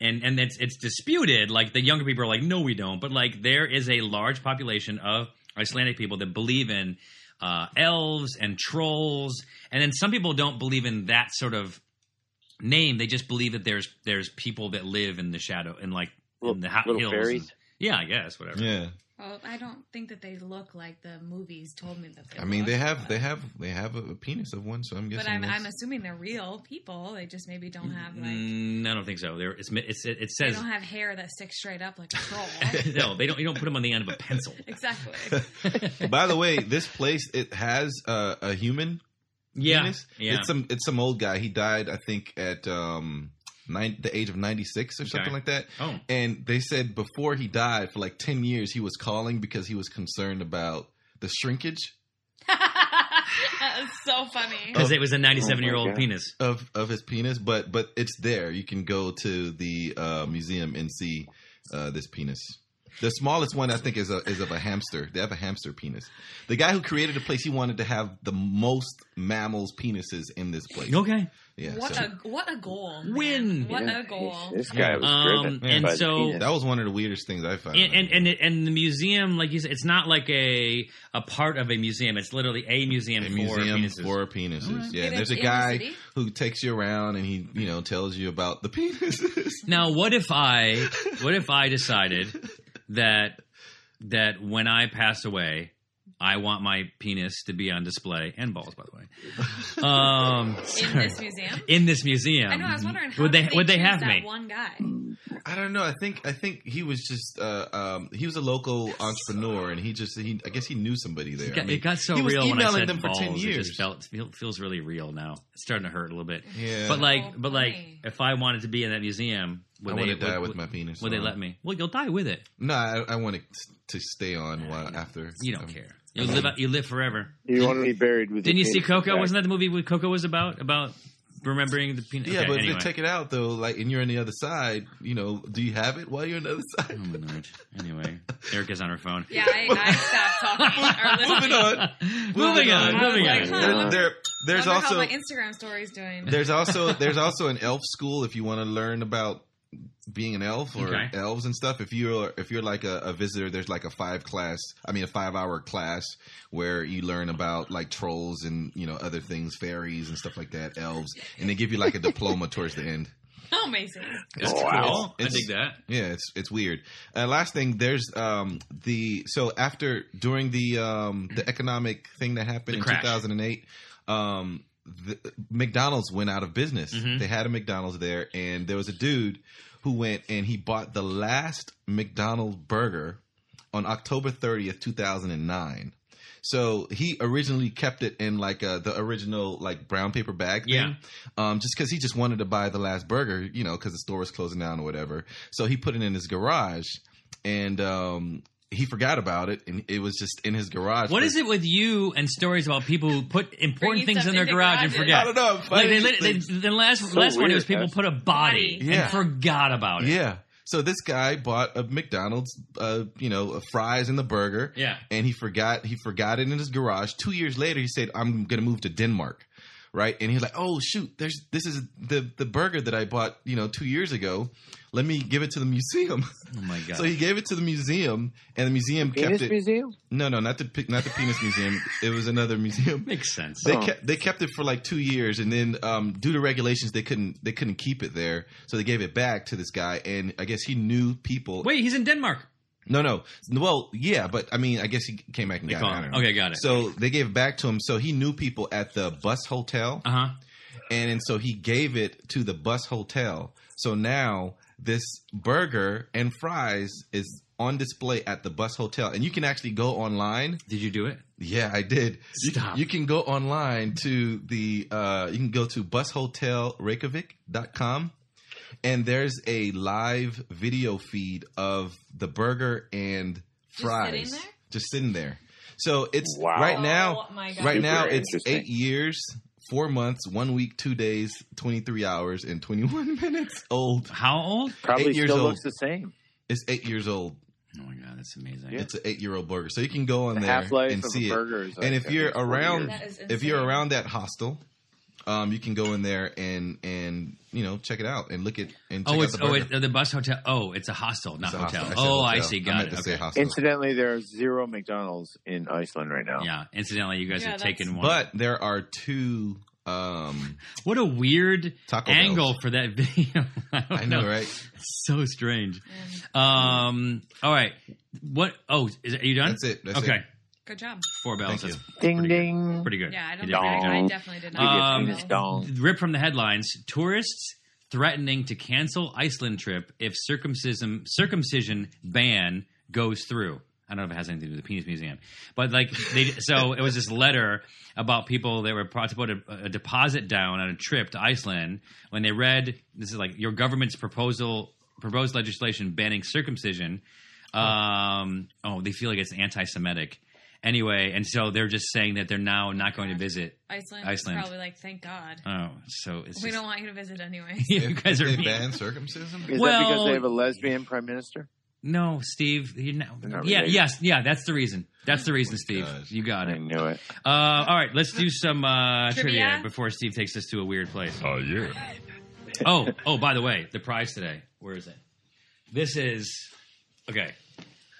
S3: and and it's it's disputed. Like the younger people are like, no, we don't. But like there is a large population of Icelandic people that believe in uh, elves and trolls, and then some people don't believe in that sort of name. They just believe that there's there's people that live in the shadow and like
S5: Little,
S3: in the hot
S5: little
S3: hills.
S5: fairies.
S3: and- yeah, I guess whatever.
S2: Yeah.
S4: Oh, I don't think that they look like the movies told me that they
S2: I mean,
S4: look,
S2: they have
S4: but-
S2: they have they have a, a penis of one, so I'm guessing.
S4: But I'm,
S2: that's-
S4: I'm assuming they're real people. They just maybe don't have like
S3: Mm, I don't think so. There, it's it's it
S4: they
S3: says
S4: don't have hair that sticks straight up like a troll.
S3: no. They don't. You don't put them on the end of a pencil.
S4: exactly.
S2: By the way, this place it has uh, a human
S3: Yeah,
S2: penis.
S3: yeah.
S2: It's some it's some old guy. He died, I think, at um nine, the age of ninety six or something like that.
S3: Oh.
S2: And they said before he died, for like ten years, he was calling because he was concerned about the shrinkage
S4: that was so funny.
S3: because it was a 97 year
S5: Oh
S3: old
S5: my God.
S3: penis.
S2: of of his penis. But but it's there. You can go to the uh, museum and see uh, this penis. The smallest one I think is a, is of a hamster. They have a hamster penis. The guy who created the place, he wanted to have the most mammals penises in this place.
S3: Okay.
S2: Yeah,
S4: What
S2: so-
S4: a what a goal! man.
S3: Win.
S4: What
S5: Yeah,
S4: a goal!
S5: This guy was
S3: Um,
S5: driven.
S3: and
S5: by the
S3: so-
S5: penis.
S2: That was one of the weirdest things I found.
S3: And, and and it- and the museum, like you said, it's not like a a part of a museum. It's literally a museum,
S2: a
S3: for
S2: museum
S3: penises.
S2: for penises. Yeah,
S4: Is it
S2: there's a
S4: in the
S2: guy
S4: city?
S2: who takes you around and he, you know, tells you about the penises.
S3: now, what if I what if I decided that that when I pass away, I want my penis to be on display and balls, by the way. Um,
S4: In this museum,
S3: in this museum,
S4: I know. I was wondering how
S3: would they
S4: did
S3: would they
S4: choose
S3: have
S4: that
S3: me?
S4: one guy?
S2: I don't know. I think I think he was just uh, um, he was a local entrepreneur and he just he I guess he knew somebody there.
S3: It got,
S2: I mean,
S3: it got so
S2: he was
S3: real when I
S2: emailing
S3: said
S2: them for
S3: balls.
S2: 10
S3: It
S2: years.
S3: just felt feel, feels really real now. It's starting to hurt a little bit.
S2: yeah,
S3: But like,
S4: Oh,
S3: but like,
S4: funny.
S3: if I wanted to be in that museum, would
S2: I
S3: they
S2: want to die
S3: would,
S2: with my penis.
S3: would they
S2: on.
S3: let me? Well, you'll die with it.
S2: No, I, I want it to stay on while after.
S3: You don't
S2: um,
S3: care. You live out- you live forever.
S5: you want to be buried with.
S3: Didn't
S5: your
S3: you see
S5: penis in the
S3: Coco?
S5: back.
S3: Wasn't that the movie what Coco was about? About remembering the peanut.
S2: Yeah,
S3: okay,
S2: but if
S3: anyway.
S2: they take it out though, like, and you're on the other side, you know, do you have it while you're on the other side?
S3: I'm a nerd. Oh, Anyway, Erica's on her phone.
S4: Yeah, I, I stopped talking. Or
S2: Moving on.
S3: moving on, moving
S4: I
S3: on.
S4: was like, huh.
S2: There, there- there's
S4: how
S2: also
S4: my Instagram story's doing.
S2: there's also there's also an elf school if you want to learn about being an elf or
S3: Okay.
S2: elves and stuff. If you're if you're like a, a visitor, there's like a five class, I mean a five hour class where you learn about like trolls and you know other things, fairies and stuff like that, elves, and they give you like a diploma towards the end.
S4: How amazing!
S3: That's
S2: Wow.
S3: cool. I
S2: It's-
S3: dig that.
S2: Yeah, it's it's weird. Uh, last thing, there's um the so after during the um the economic thing that happened
S3: The
S2: in
S3: crash.
S2: 2008, um the, McDonald's went out of business.
S3: Mhm.
S2: They had a McDonald's there, and there was a dude who went and he bought the last McDonald's burger on October 30th, 2009. So he originally kept it in like uh, the original like brown paper bag thing,
S3: Yeah.
S2: um, just because he just wanted to buy the last burger, you know, because the store was closing down or whatever. So he put it in his garage, and um, he forgot about it, and it was just in his garage.
S3: What
S2: for-
S3: is it with you and stories about people who put important
S4: Bringing
S3: things
S4: stuff
S3: in their
S4: into
S3: garage and
S4: garages.
S2: I
S3: forget?
S2: don't know.
S3: Like they,
S2: Funny
S3: lit- they,
S2: things.
S3: the last last one it
S5: weird,
S3: was people
S5: huh?
S3: put a body
S2: Yeah.
S3: and forgot about it.
S2: yeah. So this guy bought a McDonald's, uh, you know, a fries and the burger.
S3: Yeah.
S2: and he forgot he forgot it in his garage. Two years later, he said, "I'm going to move to Denmark." Right, and he's like, "Oh shoot, there's this is the the burger that I bought, you know, two years ago. Let me give it to the museum."
S3: Oh my god.
S2: so he gave it to the museum, and the museum
S5: Penis
S2: kept it.
S5: museum?
S2: No, no, not the pe- not the penis museum. It was another museum.
S3: Makes sense.
S2: They
S5: Oh.
S2: kept they kept it for like two years, and then um, due to regulations, they couldn't they couldn't keep it there, so they gave it back to this guy, and I guess he knew people.
S3: Wait, he's in Denmark.
S2: No, no. Well, yeah, but I mean, I guess he came back and
S3: They
S2: got it.
S3: call
S2: I
S3: him.
S2: don't know.
S3: Okay, got it.
S2: So they gave it back to him. So he knew people at the bus hotel,
S3: Uh huh.
S2: and, and so he gave it to the bus hotel. So now this burger and fries is on display at the bus hotel, and you can actually go online.
S3: Did you do it?
S2: Yeah, I did. You-
S3: Stop.
S2: You, can go online to the uh, you can go to bushotelreykjavik.com and there's a live video feed of the burger and
S4: sitting
S2: fries
S4: there?
S2: just sitting there. So it's
S5: Wow.
S2: right now
S4: Oh my God.
S2: right now
S5: Super
S2: it's 8
S5: interesting.
S2: years, 4 months, 1 week, 2 days, 23 hours and 21 minutes old.
S3: How old?
S5: Probably
S2: Eight years
S5: still
S2: old.
S5: looks the same.
S2: It's 8 years old.
S3: Oh my god, that's amazing.
S5: Yeah.
S2: It's an 8-year-old burger. So you can go on
S5: The
S2: there
S5: half life
S2: and
S5: of
S2: see
S5: a
S2: it.
S5: burger is like
S2: And if
S5: I think
S2: you're
S5: it's forty
S2: around-
S5: years.
S4: That is
S2: if you're
S4: insane.
S2: around that hostel, um, you can go in there and and you know check it out and look at and check
S3: Oh,
S2: out
S3: it's
S2: the
S3: oh,
S2: burger.
S3: it, the bus hotel. Oh, it's a hostel, not
S2: It's a
S3: hotel.
S2: hostel. said
S3: Oh, I
S2: hotel.
S3: see.
S2: I
S3: Got
S2: meant
S3: it.
S2: to say
S3: Okay.
S2: hostel.
S5: Incidentally, there are zero McDonald's in Iceland right now.
S3: Yeah. Incidentally, you guys
S4: Yeah,
S3: have taken
S4: that's-
S3: one.
S2: but there are two um,
S3: what a weird
S2: Taco Bells.
S3: angle for that video. I, don't
S2: I know, right?
S3: So strange. Um. All right. What? Oh, is, are you done?
S2: That's it. That's
S3: okay.
S2: it.
S4: Good job.
S3: Four bells.
S2: Thank
S3: That's
S5: Ding
S3: pretty
S5: ding.
S3: Good. Pretty good.
S4: Yeah, I
S3: You did a good
S4: don't.
S3: job.
S4: I, I
S5: Dong.
S4: definitely did
S5: Give you a
S4: not.
S3: Um,
S5: penis dong.
S3: Rip from the headlines: Tourists threatening to cancel Iceland trip if circumcision circumcision ban goes through. I don't know if it has anything to do with the penis museum, but like they, so it was this letter about people that were about to put a, a deposit down on a trip to Iceland when they read this is like your government's proposal proposed legislation banning circumcision. Um, oh, they feel like it's anti-Semitic. Anyway, and so they're just saying that they're now not going to visit
S4: Iceland.
S3: Iceland.
S4: Iceland. Probably like, thank God.
S3: Oh, so it's
S4: we
S3: just,
S4: don't want you to visit anyway.
S3: you guys are
S2: they
S3: mean.
S2: ban circumcision.
S5: Is that
S3: Well-
S5: because they have a lesbian prime minister?
S3: No, Steve. You're not,
S5: not
S3: yeah,
S5: related. Oh
S3: yes, yeah. That's the reason. That's the reason, Steve.
S2: gosh.
S3: You got
S5: I
S3: it.
S5: knew it.
S3: Uh, all right, let's do some uh, trivia?
S4: Trivia?
S3: before Steve takes us to a weird place.
S6: Oh, yeah.
S3: Oh, oh, by the way, the prize today. Where is it? This is okay.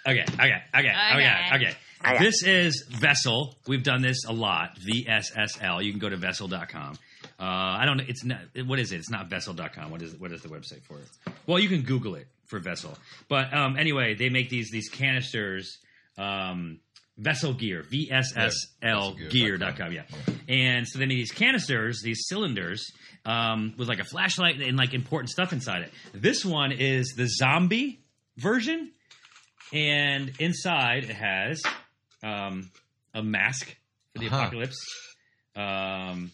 S3: Okay, okay, okay, okay, okay. This is Vessel. We've done this a lot. VSSL. You can go to vessel.com. Uh, I don't know. It's not, what is it? It's not vessel.com. What is, what is the website for it? Well, you can Google it for Vessel. But um, anyway, they make these, these canisters, um, Vessel Gear, VSSLgear.com. Yeah. And so they make these canisters, these cylinders, um, with like a flashlight and like important stuff inside it. This one is the zombie version and inside it has um, a mask for the
S2: Uh-huh.
S3: apocalypse, um,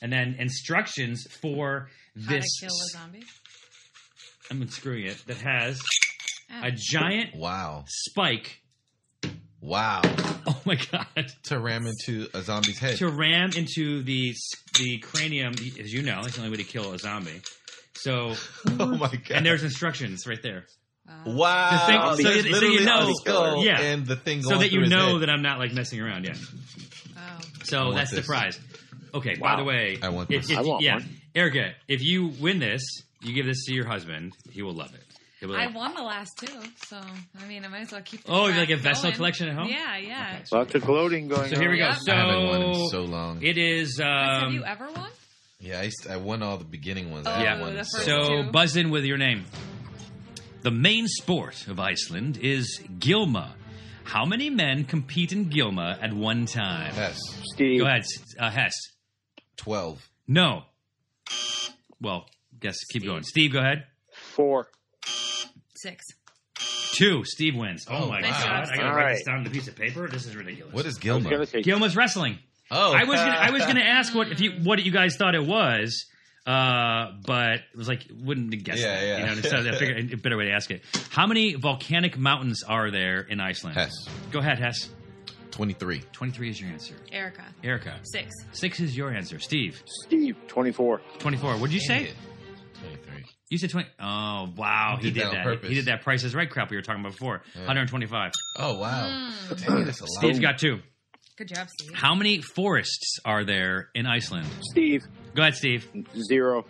S3: and then instructions for
S4: How to
S3: this.
S4: kill a zombie.
S3: I'm unscrewing it. That has
S4: Oh.
S3: a giant
S2: Wow.
S3: spike
S2: Wow.
S3: Oh my god!
S2: To ram into a zombie's head.
S3: To ram into the the cranium, as you know, it's the only way to kill a zombie. So,
S2: oh my god.
S3: and there's instructions right there,
S2: wow.
S3: The thing- so
S2: There's
S3: you- so
S2: literally
S3: you know-
S2: a skull
S3: yeah.
S2: and the thing
S3: so
S2: going
S3: that
S2: through
S3: you
S2: his
S3: know
S2: head.
S3: that I'm not like messing around. Yeah.
S8: Oh.
S3: So
S2: want
S3: that's the
S2: this.
S3: prize. Okay. By
S5: Wow.
S3: the way,
S2: I want
S3: if-
S2: this.
S3: if-
S5: I want
S3: yeah,
S5: one.
S3: Erica, if you win this, you give this to your husband. He will love it. He'll be
S8: I
S3: like,
S8: won the last two, so I mean, I might as well keep. The
S3: Oh, you
S8: track
S3: like a vessel
S8: going.
S3: collection at home?
S8: Yeah, yeah.
S3: Okay, so-
S5: Lots of gloating going
S3: So
S5: on.
S3: here we go.
S8: Yeah.
S3: So,
S2: I haven't won in so long.
S3: it is.
S8: Have you
S3: Um,
S8: ever won?
S2: yeah, I, used to- I won all the beginning ones.
S8: Oh,
S2: I haven't won
S8: the
S2: in
S8: first
S2: long.
S3: so
S8: two?
S3: buzz in with your name. The main sport of Iceland is Gilma. How many men compete in Gilma at one time?
S2: Yes,
S5: Steve.
S3: Go ahead, S- uh, Hess.
S2: 12.
S3: No. Well, guess keep going. Steve, go ahead.
S5: Four.
S8: Six.
S3: Two. Steve wins. Oh,
S2: Oh,
S3: my
S2: nice
S3: god!
S8: job,
S3: I gotta
S5: Steve.
S3: write
S5: All
S3: this down on the piece of paper. This is ridiculous.
S2: What is
S5: I was
S2: Gilma?
S5: gonna say-
S3: Gilma's wrestling?
S2: Oh,
S3: I was gonna, I was gonna ask what if you what you guys thought it was, uh, but it was like wouldn't have guessed.
S2: Yeah,
S3: that,
S2: yeah.
S3: You know, and so I figured a better way to ask it. How many volcanic mountains are there in Iceland?
S2: Hess.
S3: Go ahead, Hess.
S2: 23.
S3: Twenty three is your answer.
S8: Erica.
S3: Erica.
S8: Six.
S3: Six is your answer. Steve.
S5: Steve. Twenty-four.
S3: Twenty four. What'd you
S2: Dang
S3: say?
S2: it. 23.
S3: You said twenty. Oh wow,
S2: He
S3: he
S2: did
S3: did,
S2: that on
S3: that.
S2: purpose.
S3: He did that. Price is right crap we were talking about before. One hundred twenty five.
S2: Oh, wow. Dang, that's a lot.
S3: Hmm. Steve's got two.
S8: Hmm. Good job, Steve.
S3: How many forests are there in Iceland?
S5: Steve.
S3: Go ahead, Steve.
S5: Zero.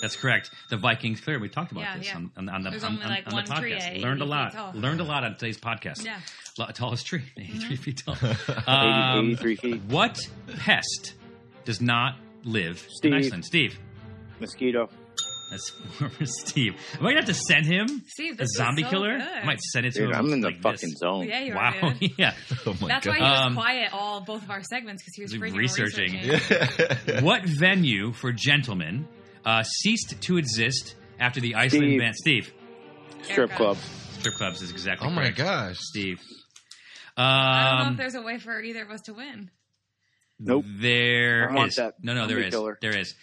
S3: That's correct. The Vikings clear. We talked about
S8: Yeah,
S3: this
S8: yeah.
S3: on, on, on the,
S8: There's
S3: on,
S8: only
S3: on-
S8: like
S3: on
S8: one
S3: the
S8: tree,
S3: podcast.
S8: eh?
S3: Learned a
S8: 80
S3: lot.
S8: feet tall.
S3: Learned a lot on today's podcast.
S8: Yeah. Mm-hmm.
S3: Lo- tallest tree, 83 feet tall.
S5: Eighty-
S3: Um,
S5: Eighty-three feet.
S3: what pest does not live
S5: Steve.
S3: in Iceland? Steve.
S5: Mosquito.
S3: That's former Steve. Am I going to have to send him
S8: Steve,
S3: a
S8: this was
S3: zombie
S8: so
S3: killer?
S8: good. Oh,
S3: I might send it to
S5: Dude,
S3: him.
S5: I'm in the
S3: like
S5: fucking
S3: this.
S5: zone.
S8: Yeah, you
S3: Wow.
S8: are. Dude.
S3: yeah.
S2: Oh, my
S8: That's why
S2: God.
S8: he was
S3: Um,
S8: quiet all both of our segments because he was
S3: He's
S8: freaking
S3: researching.
S8: researching.
S3: What venue for gentlemen uh, ceased to exist after the Iceland
S5: Steve.
S3: ban? Steve.
S5: Strip
S8: Erica.
S5: club.
S3: Strip clubs is exactly
S2: oh, my
S3: correct.
S2: gosh.
S3: Steve.
S8: I don't know
S3: Um,
S8: if there's a way for either of us to win.
S5: Nope.
S3: There
S5: I want
S3: is.
S5: that.
S3: No, no, there
S5: Zombie
S3: is.
S5: killer.
S3: There is.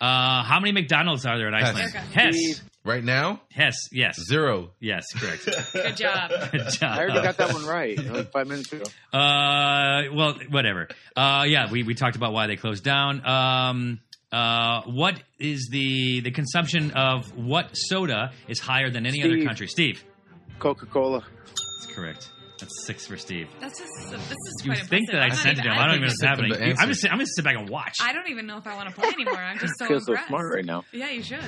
S3: Uh, how many McDonald's are there in Iceland?
S8: Erica.
S3: Hess.
S5: Steve.
S2: Right now,
S3: Hess. Yes.
S2: zero.
S3: Yes. Correct.
S8: Good job.
S3: Good
S5: I already
S3: job.
S5: got that one right like five minutes ago.
S3: Uh, well, whatever. Uh, yeah, we, we talked about why they closed down. Um, uh, what is the the consumption of what soda is higher than any other
S5: Steve.
S3: country? Steve.
S5: Coca Cola.
S3: That's correct. That's six for Steve.
S8: That's just this is
S3: You
S8: quite
S3: think
S8: impressive.
S3: that I
S8: I'm not
S3: sent it to him? I don't even know what's
S8: think-
S2: think
S3: happening.
S2: it's-
S3: I'm just I'm gonna sit back and watch.
S8: I don't even know if I want to play anymore. I'm just so
S5: Feel so
S8: impressed.
S5: smart right now.
S8: Yeah, you should.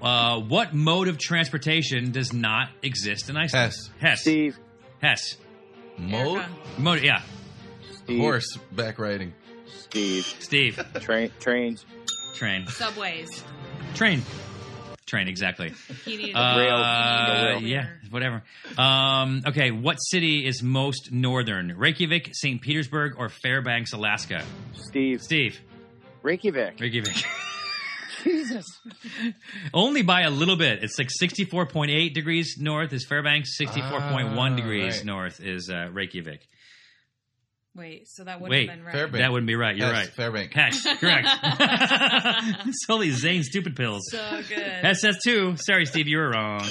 S3: Uh, what mode of transportation does not exist in Iceland?
S2: Hess.
S3: Hess.
S5: Steve.
S3: Hess.
S2: Mode?
S8: Erica.
S3: Mode. Yeah.
S5: Steve.
S2: Horse back riding.
S5: Steve.
S3: Steve.
S5: Train. Trains.
S3: Train.
S8: Subways.
S3: Train. Train. Exactly.
S8: He needed
S3: Uh,
S5: Rail.
S8: Rail.
S3: Yeah. Whatever. Um, okay. What city is most northern? Reykjavik, St. Petersburg, or Fairbanks, Alaska?
S5: Steve.
S3: Steve.
S5: Reykjavik.
S3: Reykjavik. Jesus. Only by a little bit. It's like 64.8 degrees north is Fairbanks, 64.1
S2: Ah,
S3: degrees
S2: right.
S3: north is uh, Reykjavik.
S8: Wait, so that would
S3: Wait,
S8: have been right.
S2: Fairbanks.
S3: That wouldn't be right. You're
S2: Hess,
S3: right.
S2: Fairbank.
S3: Hesh, correct. it's only Zane's stupid pills.
S8: So good.
S3: SS2. Sorry, Steve, you were wrong.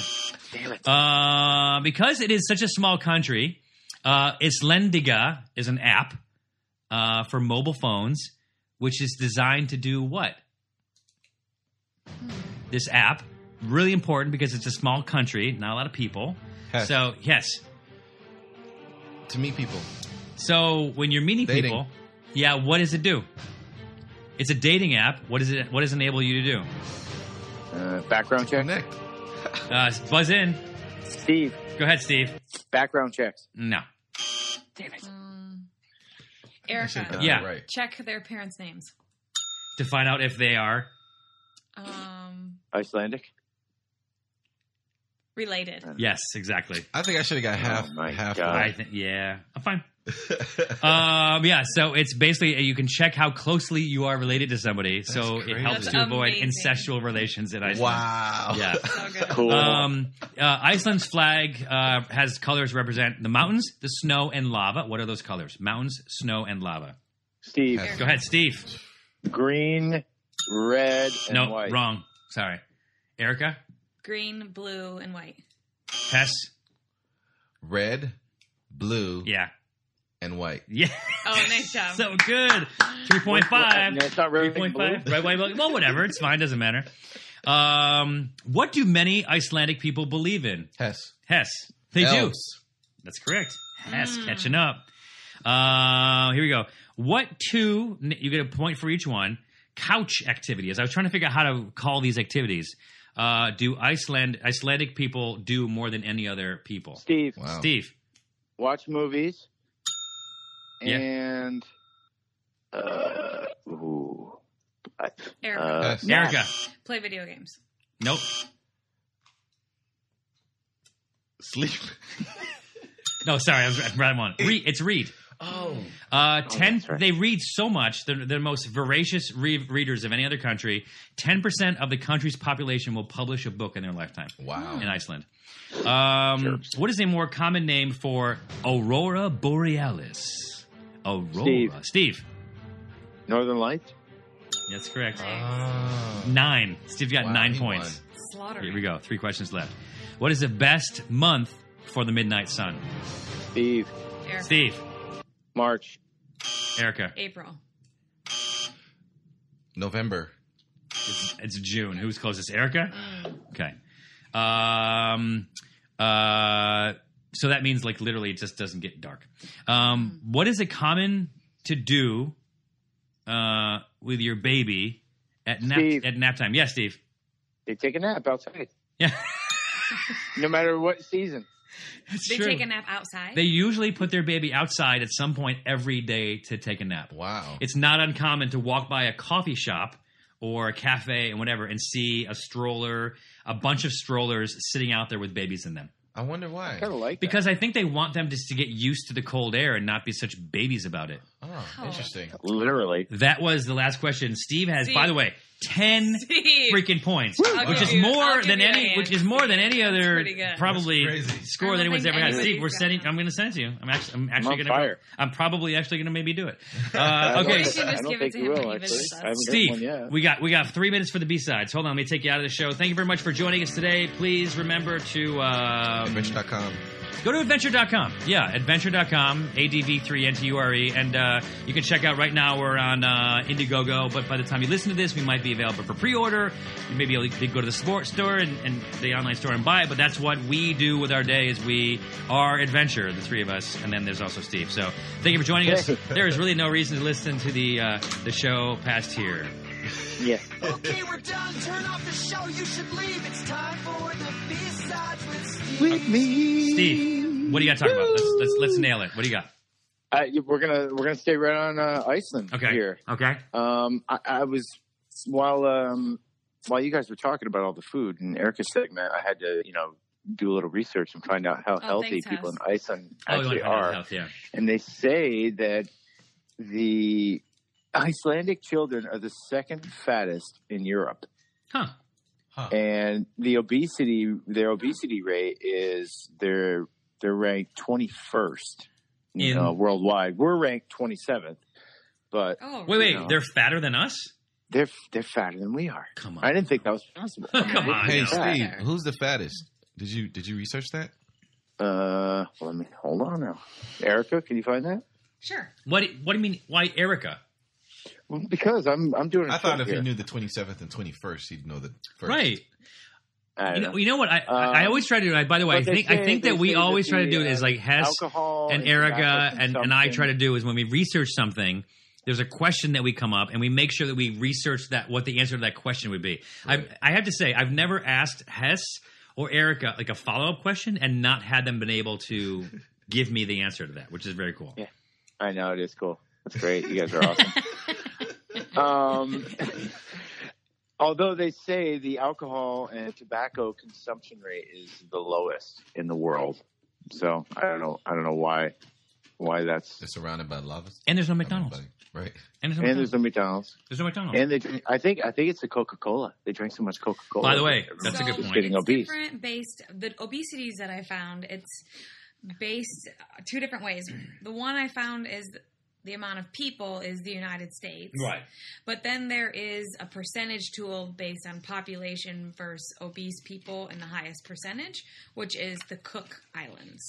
S5: Damn it.
S3: Uh, because it is such a small country, uh, Islandiga is an app uh, for mobile phones, which is designed to do what?
S5: Hmm.
S3: This app, really important because it's a small country, not a lot of people.
S2: Hess.
S3: So, yes.
S2: To meet people.
S3: So when you're meeting
S2: Dating.
S3: people, yeah, what does it do? It's a dating app. What is it? What does it enable you to do?
S5: Uh, background check.
S2: Connect.
S3: Uh, buzz in.
S5: Steve.
S3: Go ahead, Steve.
S5: Background checks.
S3: No.
S8: Mm.
S2: Um, I should've
S8: Erica,
S2: gotten
S3: Yeah.
S2: it Right.
S8: check their parents' names.
S3: To find out if they are
S8: Um,
S5: Icelandic.
S8: related.
S3: yes, exactly.
S2: I think I should have got half.
S5: Oh, my
S2: half
S5: God.
S3: I think yeah, I'm fine. um, yeah, so it's basically you can check how closely you are related to somebody, so
S2: crazy.
S3: it helps
S8: That's
S3: to avoid
S8: amazing.
S3: incestual relations in Iceland.
S2: wow.
S3: Yeah.
S8: So good.
S2: Oh.
S5: Cool.
S3: Um, uh, Iceland's flag uh, has colors represent the mountains, the snow, and lava. What are those colors? Mountains, snow, and lava.
S5: Steve.
S2: Hess.
S3: Go ahead, Steve.
S5: Green. Red. And
S3: no,
S5: white.
S3: wrong. Sorry. Erica?
S8: Green, blue, and white.
S3: Hess?
S2: Red, blue,
S3: Yeah.
S2: and white.
S3: Yeah.
S4: Oh, nice job.
S3: so good. 3.5.
S5: It's not really blue.
S3: 3.5. Right, white, blue. Well, whatever. It's fine. Doesn't matter. Um, what do many Icelandic people believe in?
S2: Hess.
S3: Hess. They do.
S2: Elves.
S3: That's correct. Hess catching up. Uh, here we go. What two? You get a point for each one. Couch activities. I was trying to figure out how to call these activities. Uh, do Iceland Icelandic people do more than any other people?
S5: Steve,
S2: Wow.
S3: Steve.
S5: watch movies.
S3: Yeah.
S5: And uh, ooh, I-
S4: Erica,
S5: uh,
S2: Hess.
S3: Erica.
S4: play video games.
S3: Nope.
S2: Sleep.
S3: No, sorry, I was I'm right on. Read, it's read.
S2: Oh.
S3: Uh, ten.
S5: that's right.
S3: They read so much. They're, they're the most voracious re- readers of any other country. Ten percent of the country's population will publish a book in their lifetime.
S2: Wow.
S3: In Iceland. Um,
S5: Hmm. Jerks.
S3: What is a more common name for aurora borealis? Aurora.
S5: Steve.
S3: Steve.
S5: Northern Lights.
S3: That's correct.
S2: Ah.
S3: Nine. Steve got
S2: Wow,
S3: nine
S2: he
S3: points.
S4: Slaughtering.
S3: Here we go. Three questions left. What is the best month for the midnight sun?
S5: Steve,
S4: Erica.
S3: Steve.
S5: March.
S3: Erica.
S4: April.
S2: November.
S3: It's, it's June. Who's closest? Erica?
S4: Mm.
S3: Okay. Um, uh, so that means like literally it just doesn't get dark. Um,
S4: Mm.
S3: what is it common to do uh, with your baby at nap
S5: Steve.
S3: at nap time? Yes, Steve.
S5: They take a nap outside,
S3: Yeah,
S5: no matter what season.
S3: it's
S4: They
S3: true.
S4: take a nap outside.
S3: They usually put their baby outside at some point every day to take a nap.
S2: Wow.
S3: It's not uncommon to walk by a coffee shop or a cafe and whatever and see a stroller, a bunch of strollers sitting out there with babies in them.
S2: I wonder why.
S5: Kind of like that.
S3: Because I think they want them just to get used to the cold air and not be such babies about it.
S2: Oh,
S4: Oh.
S2: interesting.
S5: literally.
S3: That was the last question. Steve has,
S4: Steve.
S3: by the way, ten
S4: Steve.
S3: freaking points,
S4: I'll
S3: which
S4: give
S3: is
S4: you- I'll
S3: more
S4: give
S3: than
S4: you
S3: any,
S4: that
S3: which
S4: answer.
S3: is more than any other
S4: pretty good.
S3: probably
S2: That's crazy.
S3: score
S4: I
S3: that
S4: don't
S3: anyone's
S4: think
S3: ever had. Steve,
S4: anybody's
S3: we're
S4: got
S3: sending.
S4: that.
S3: I'm going to send it to you. I'm actually, I'm
S5: I'm
S3: actually
S5: on
S3: going to.
S5: fire.
S3: I'm probably actually going to maybe do it.
S5: I
S3: Uh,
S5: don't-
S3: okay,
S4: We should
S5: I
S4: just
S5: don't
S4: give it
S5: think
S4: to
S5: you
S4: him
S5: will,
S4: when he
S5: actually.
S4: visits us.
S5: I haven't
S3: Steve,
S5: got one yet.
S3: we got we got three minutes for the B sides. Hold on, let me take you out of the show. Thank you very much for joining us today. Please remember to um,
S2: Adventure.com.
S3: go to adventure.com. Yeah, adventure.com, ADV3NTURE. And uh, you can check out right now, we're on uh, Indiegogo, but by the time you listen to this, we might be available for pre order. You may be able to go to the sports store and, and the online store and buy it, but that's what we do with our day is we are adventure, the three of us, and then there's also Steve. So thank you for joining us. there is really no reason to listen to the, uh, the show past here.
S5: Yeah.
S9: Okay, we're done. Turn off the show. You should leave. It's time for the B-sides with Steve.
S3: Steve, what do you got to talk about? Let's, let's, let's nail it. What do you got?
S5: I, Uh, we're gonna we're gonna stay right on uh, Iceland
S3: Okay.
S5: here.
S3: Okay.
S5: Um, I, I was while um, while you guys were talking about all the food and Erica's segment, I had to you know do a little research and find out how
S4: Oh,
S5: healthy
S4: thanks,
S5: people
S4: Hess.
S5: in Iceland
S3: Oh, you want
S5: actually
S3: to find out
S5: are,
S3: health, yeah.
S5: and they say that the Icelandic children are the second fattest in Europe,
S3: Huh.
S5: and the obesity their obesity rate is they're they're ranked twenty first
S3: In-
S5: uh, worldwide. We're ranked twenty seventh, but
S4: Oh,
S3: Wait, wait,
S5: No.
S3: they're fatter than us?
S5: they're they're fatter than we are.
S3: Come on.
S5: I didn't think that was possible. Uh,
S3: Come on.
S2: Hey,
S3: now.
S2: Steve,
S4: Fair.
S2: who's the fattest? Did you did you research that?
S5: Uh, let me hold on now. Erica, can you find that?
S4: Sure.
S3: What what do you mean? Why Erica?
S5: Well, because I'm I'm doing. I
S2: I thought if
S5: here.
S2: he knew the 27th and 21st, he'd know the first.
S3: Right.
S5: I
S3: You
S5: don't
S3: know,
S5: know.
S3: you know what? I, I I
S5: Um,
S3: always try to do. I, by the way, I
S5: but they
S3: think I
S5: say-
S3: think
S5: they
S3: that we
S5: say that
S3: always try to
S5: the,
S3: do it is
S5: uh,
S3: like Hess
S5: Alcohol
S3: and
S5: is
S3: Erica
S5: tobacco
S3: and, and I
S5: consumption.
S3: try to do is when we research something, there's a question that we come up and we make sure that we research that what the answer to that question would be. I I have to say I've never asked Hess or Erica like a follow up question and not had them been able to give me the answer to that, which is very cool.
S5: Yeah. I know it is cool. That's great. You guys are awesome. um, although they say the alcohol and tobacco consumption rate is the lowest in the world, so I don't know. I don't know why why that's.
S2: They're surrounded by lavas.
S3: And there's no McDonald's.
S2: Right.
S3: And there's no
S5: And there's
S3: McDonald's.
S5: no McDonald's,
S3: There's no McDonald's.
S5: and they drink. I think I think it's the Coca Cola. They drink so much Coca Cola.
S3: By the way, that's a
S4: so
S3: good
S5: Just
S3: point.
S5: getting
S4: it's
S5: obese.
S4: different based the obesities that I found. It's based uh, two different ways. The one I found is the amount of people is the United States, But then there is a percentage tool based on population versus obese people, and the highest percentage, which is the Cook Islands.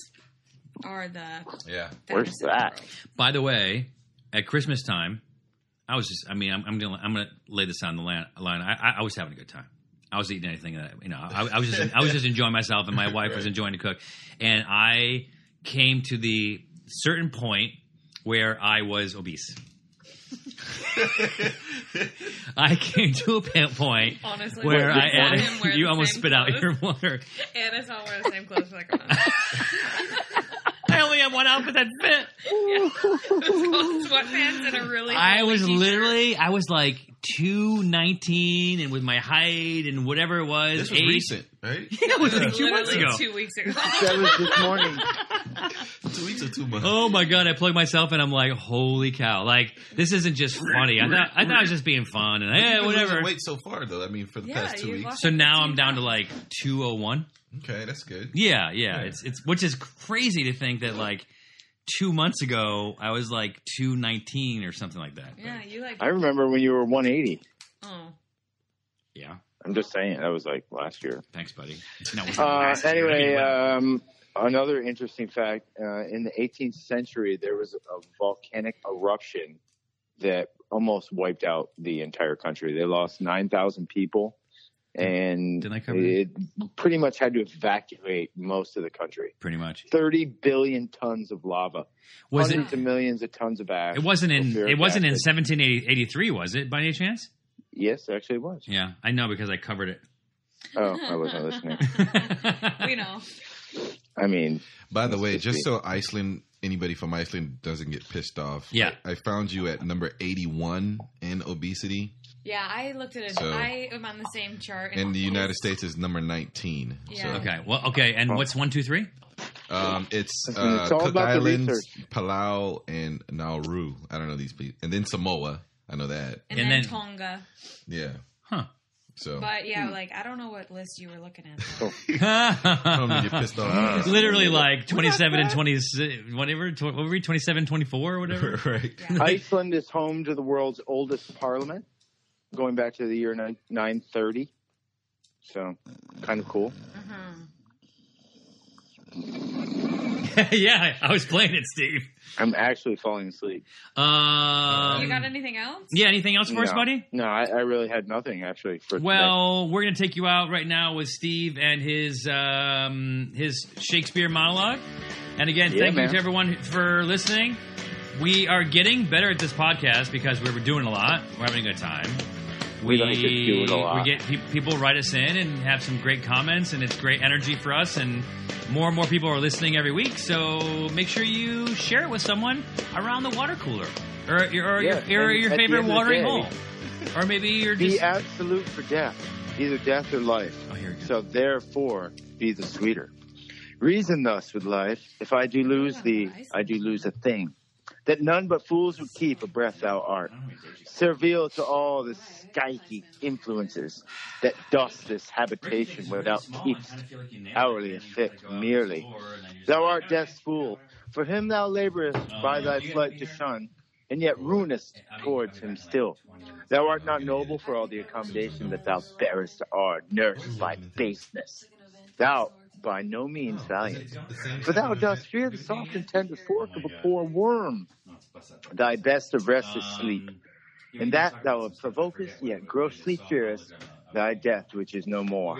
S4: are the
S2: Yeah.
S5: Where's that?
S3: By the way, at Christmas time, I was just—I mean, I'm, I'm gonna I'm gonna lay this on the lan- line. I, I- I was having a good time. I was eating anything that you know. I, I was just I was just enjoying myself, and my wife was enjoying to cook. And I came to the certain point where I was obese. I came to a pa- point
S4: honestly
S3: where
S4: we
S3: I
S4: saw
S3: added,
S4: him wear
S3: you
S4: the
S3: almost
S4: same
S3: spit out
S4: clothes.
S3: your water.
S4: Anna and I wear the same clothes for like a month.
S3: I only have one outfit that fit.
S4: It's called sweatpants and a really.
S3: I
S4: ugly
S3: was
S4: t-shirt.
S3: literally, I was like two nineteen, and with my height and whatever it was,
S2: This was
S3: age-
S2: recent, right?
S3: it was like two months
S4: literally
S3: ago.
S4: two weeks ago.
S5: That was this morning.
S2: two weeks or two months.
S3: Oh my god! I plug myself and I'm like, holy cow! Like this isn't just funny. I thought I thought I was just being fun and
S2: You've
S3: eh,
S2: been
S3: whatever.
S2: losing Weight so far though. I mean, for the
S4: Yeah,
S2: past two
S4: you
S2: weeks.
S4: lost-
S3: So now I'm down to like two oh one.
S2: Okay, that's good.
S3: Yeah, yeah. It's it's which is crazy to think that like two months ago I was like two nineteen or something like that.
S4: yeah, you like.
S5: I remember when you were 180.
S4: Oh,
S3: Yeah.
S5: I'm just saying that was like last year.
S3: Thanks, buddy. No, it wasn't
S5: Uh,
S3: last year.
S5: anyway,
S3: Anyway.
S5: um, another interesting fact: uh, in the 18th century, there was a volcanic eruption that almost wiped out the entire country. They lost 9,000 people, and
S3: Didn't I cover
S5: it pretty much had to evacuate most of the country.
S3: pretty much.
S5: 30 billion tons of lava,
S3: Was it
S5: hundreds of millions of tons of ash.
S3: It wasn't in.
S5: sulfuric
S3: It wasn't in
S5: acid.
S3: 1783, was it? By any chance?
S5: Yes, actually, it was.
S3: Yeah, I know because I covered it.
S5: Oh, I wasn't listening.
S4: we know.
S5: I mean,
S2: By the way,
S5: Must
S2: just
S5: be.
S2: so Iceland, anybody from Iceland doesn't get pissed off.
S3: Yeah.
S2: I, I found you at number eighty-one in obesity,
S4: Yeah, I looked at it.
S2: So-
S4: I am on the same chart.
S2: and the United States is number nineteen.
S4: Yeah.
S3: Okay. Well. Okay. And what's one, two, three?
S2: Um, it's
S5: Listen,
S2: uh,
S5: it's all
S2: Cook
S5: about the
S2: Islands, Palau, and Nauru. I don't know these people, and then Samoa. I know that.
S3: and
S4: and, then,
S3: then-
S4: Tonga.
S2: Yeah.
S3: Huh.
S2: So
S4: But yeah, like I don't know what list you were looking at.
S2: I don't want to get pissed off.
S3: Literally like 27 and 20, whatever. Tw- what were we? 27, 24, or whatever.
S2: right.
S5: Iceland is home to the world's oldest parliament, going back to the year nine nine thirty. So, kind of cool.
S4: Mm-hmm.
S3: yeah, I was playing it, Steve.
S5: I'm actually falling asleep.
S4: you
S3: Um,
S4: got anything else?
S3: yeah. Anything else for us,
S5: No.
S3: buddy?
S5: No, I, I really had nothing actually. For today.
S3: Well, we're gonna take you out right now with Steve and his um, his Shakespeare monologue. And again,
S5: Yeah,
S3: thank
S5: man.
S3: you to everyone for listening. We are getting better at this podcast because we're doing a lot. We're having a good time.
S5: We like to do it a lot.
S3: We get pe- people write us in and have some great comments, and it's great energy for us. And more and more people are listening every week. So make sure you share it with someone around the water cooler, or, or, your- or
S5: Yeah,
S3: your, or
S5: and
S3: your
S5: at the
S3: favorite
S5: end of the
S3: watering
S5: day-
S3: hole, or maybe you're
S5: be
S3: just.
S5: absolute for death, either death or life.
S3: oh, here we go.
S5: So therefore, be the sweeter. Reason thus with life: if I do lose thee, I do lose a thing that none but fools would keep. A breath thou art, servile to all the skiky influences that dost this habitation without keeps. hourly
S3: "Oh,
S5: affect merely. Thou art death's fool. For him thou laborest by thy flight to shun, and yet ruinest towards him still. Thou art not noble for all the accommodation that thou bearest to our nursed by baseness. Thou by no means valiant. For thou dost fear the soft and tender fork of a poor worm. Thy best of rest
S3: um,
S5: is sleep, and that thou provokest, yet grossly fearest
S3: uh,
S5: thy death, which is no more.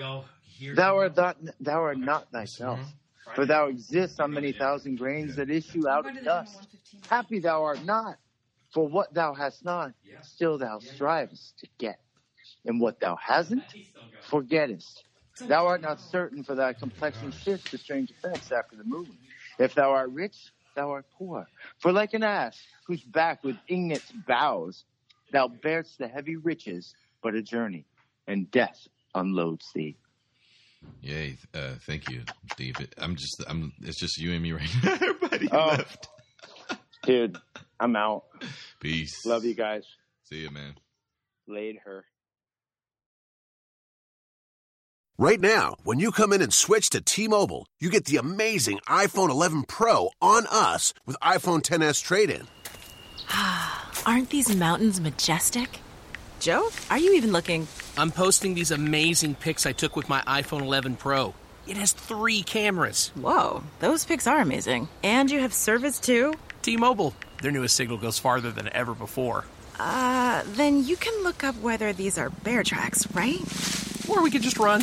S5: Thou art not, thou art not thyself, for thou exists on many thousand grains that issue out of dust. Happy thou art not, for what thou hast not, still thou strivest to get, and what thou hasn't, forgettest. Thou art not certain, for thy complexion shifts to strange effects after the moon. If thou art rich, thou art poor, for like an ass whose back with ignorance bows, thou bear'st the heavy riches, but a journey, and death unloads thee.
S2: Yay! Uh, thank you, Steve. It- I'm just. I'm. It's just you and me right now. Everybody
S5: Oh.
S2: left.
S5: Dude, I'm out.
S2: Peace.
S5: Love you guys.
S2: See you, man.
S5: Laid her.
S10: Right now, when you come in and switch to T-Mobile, you get the amazing iPhone 11 Pro on us with iPhone 10s trade-in.
S11: Aren't these mountains majestic? Joe, are you even looking?
S12: I'm posting these amazing pics I took with my iPhone 11 Pro.
S13: It has three cameras.
S11: Whoa, those pics are amazing. And you have service too?
S13: T Mobile. Their newest signal goes farther than ever before.
S11: Uh, then you can look up whether these are bear tracks, right?
S13: Or we could just run.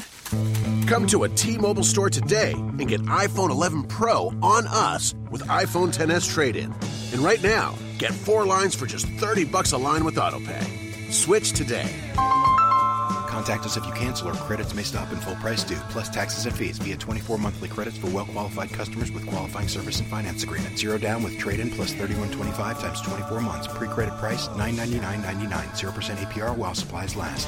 S10: Come to a T-Mobile store today and get iPhone 11 Pro on us with iPhone 10s trade-in. And right now, get four lines for just 30 bucks a line with AutoPay. Switch today.
S14: Contact us if you cancel or credits may stop and full price due, plus taxes and fees via 24 monthly credits for well qualified customers with qualifying service and finance agreement. Zero down with trade in plus 3125 times 24 months. Pre credit price 999.99, 0% APR while supplies last.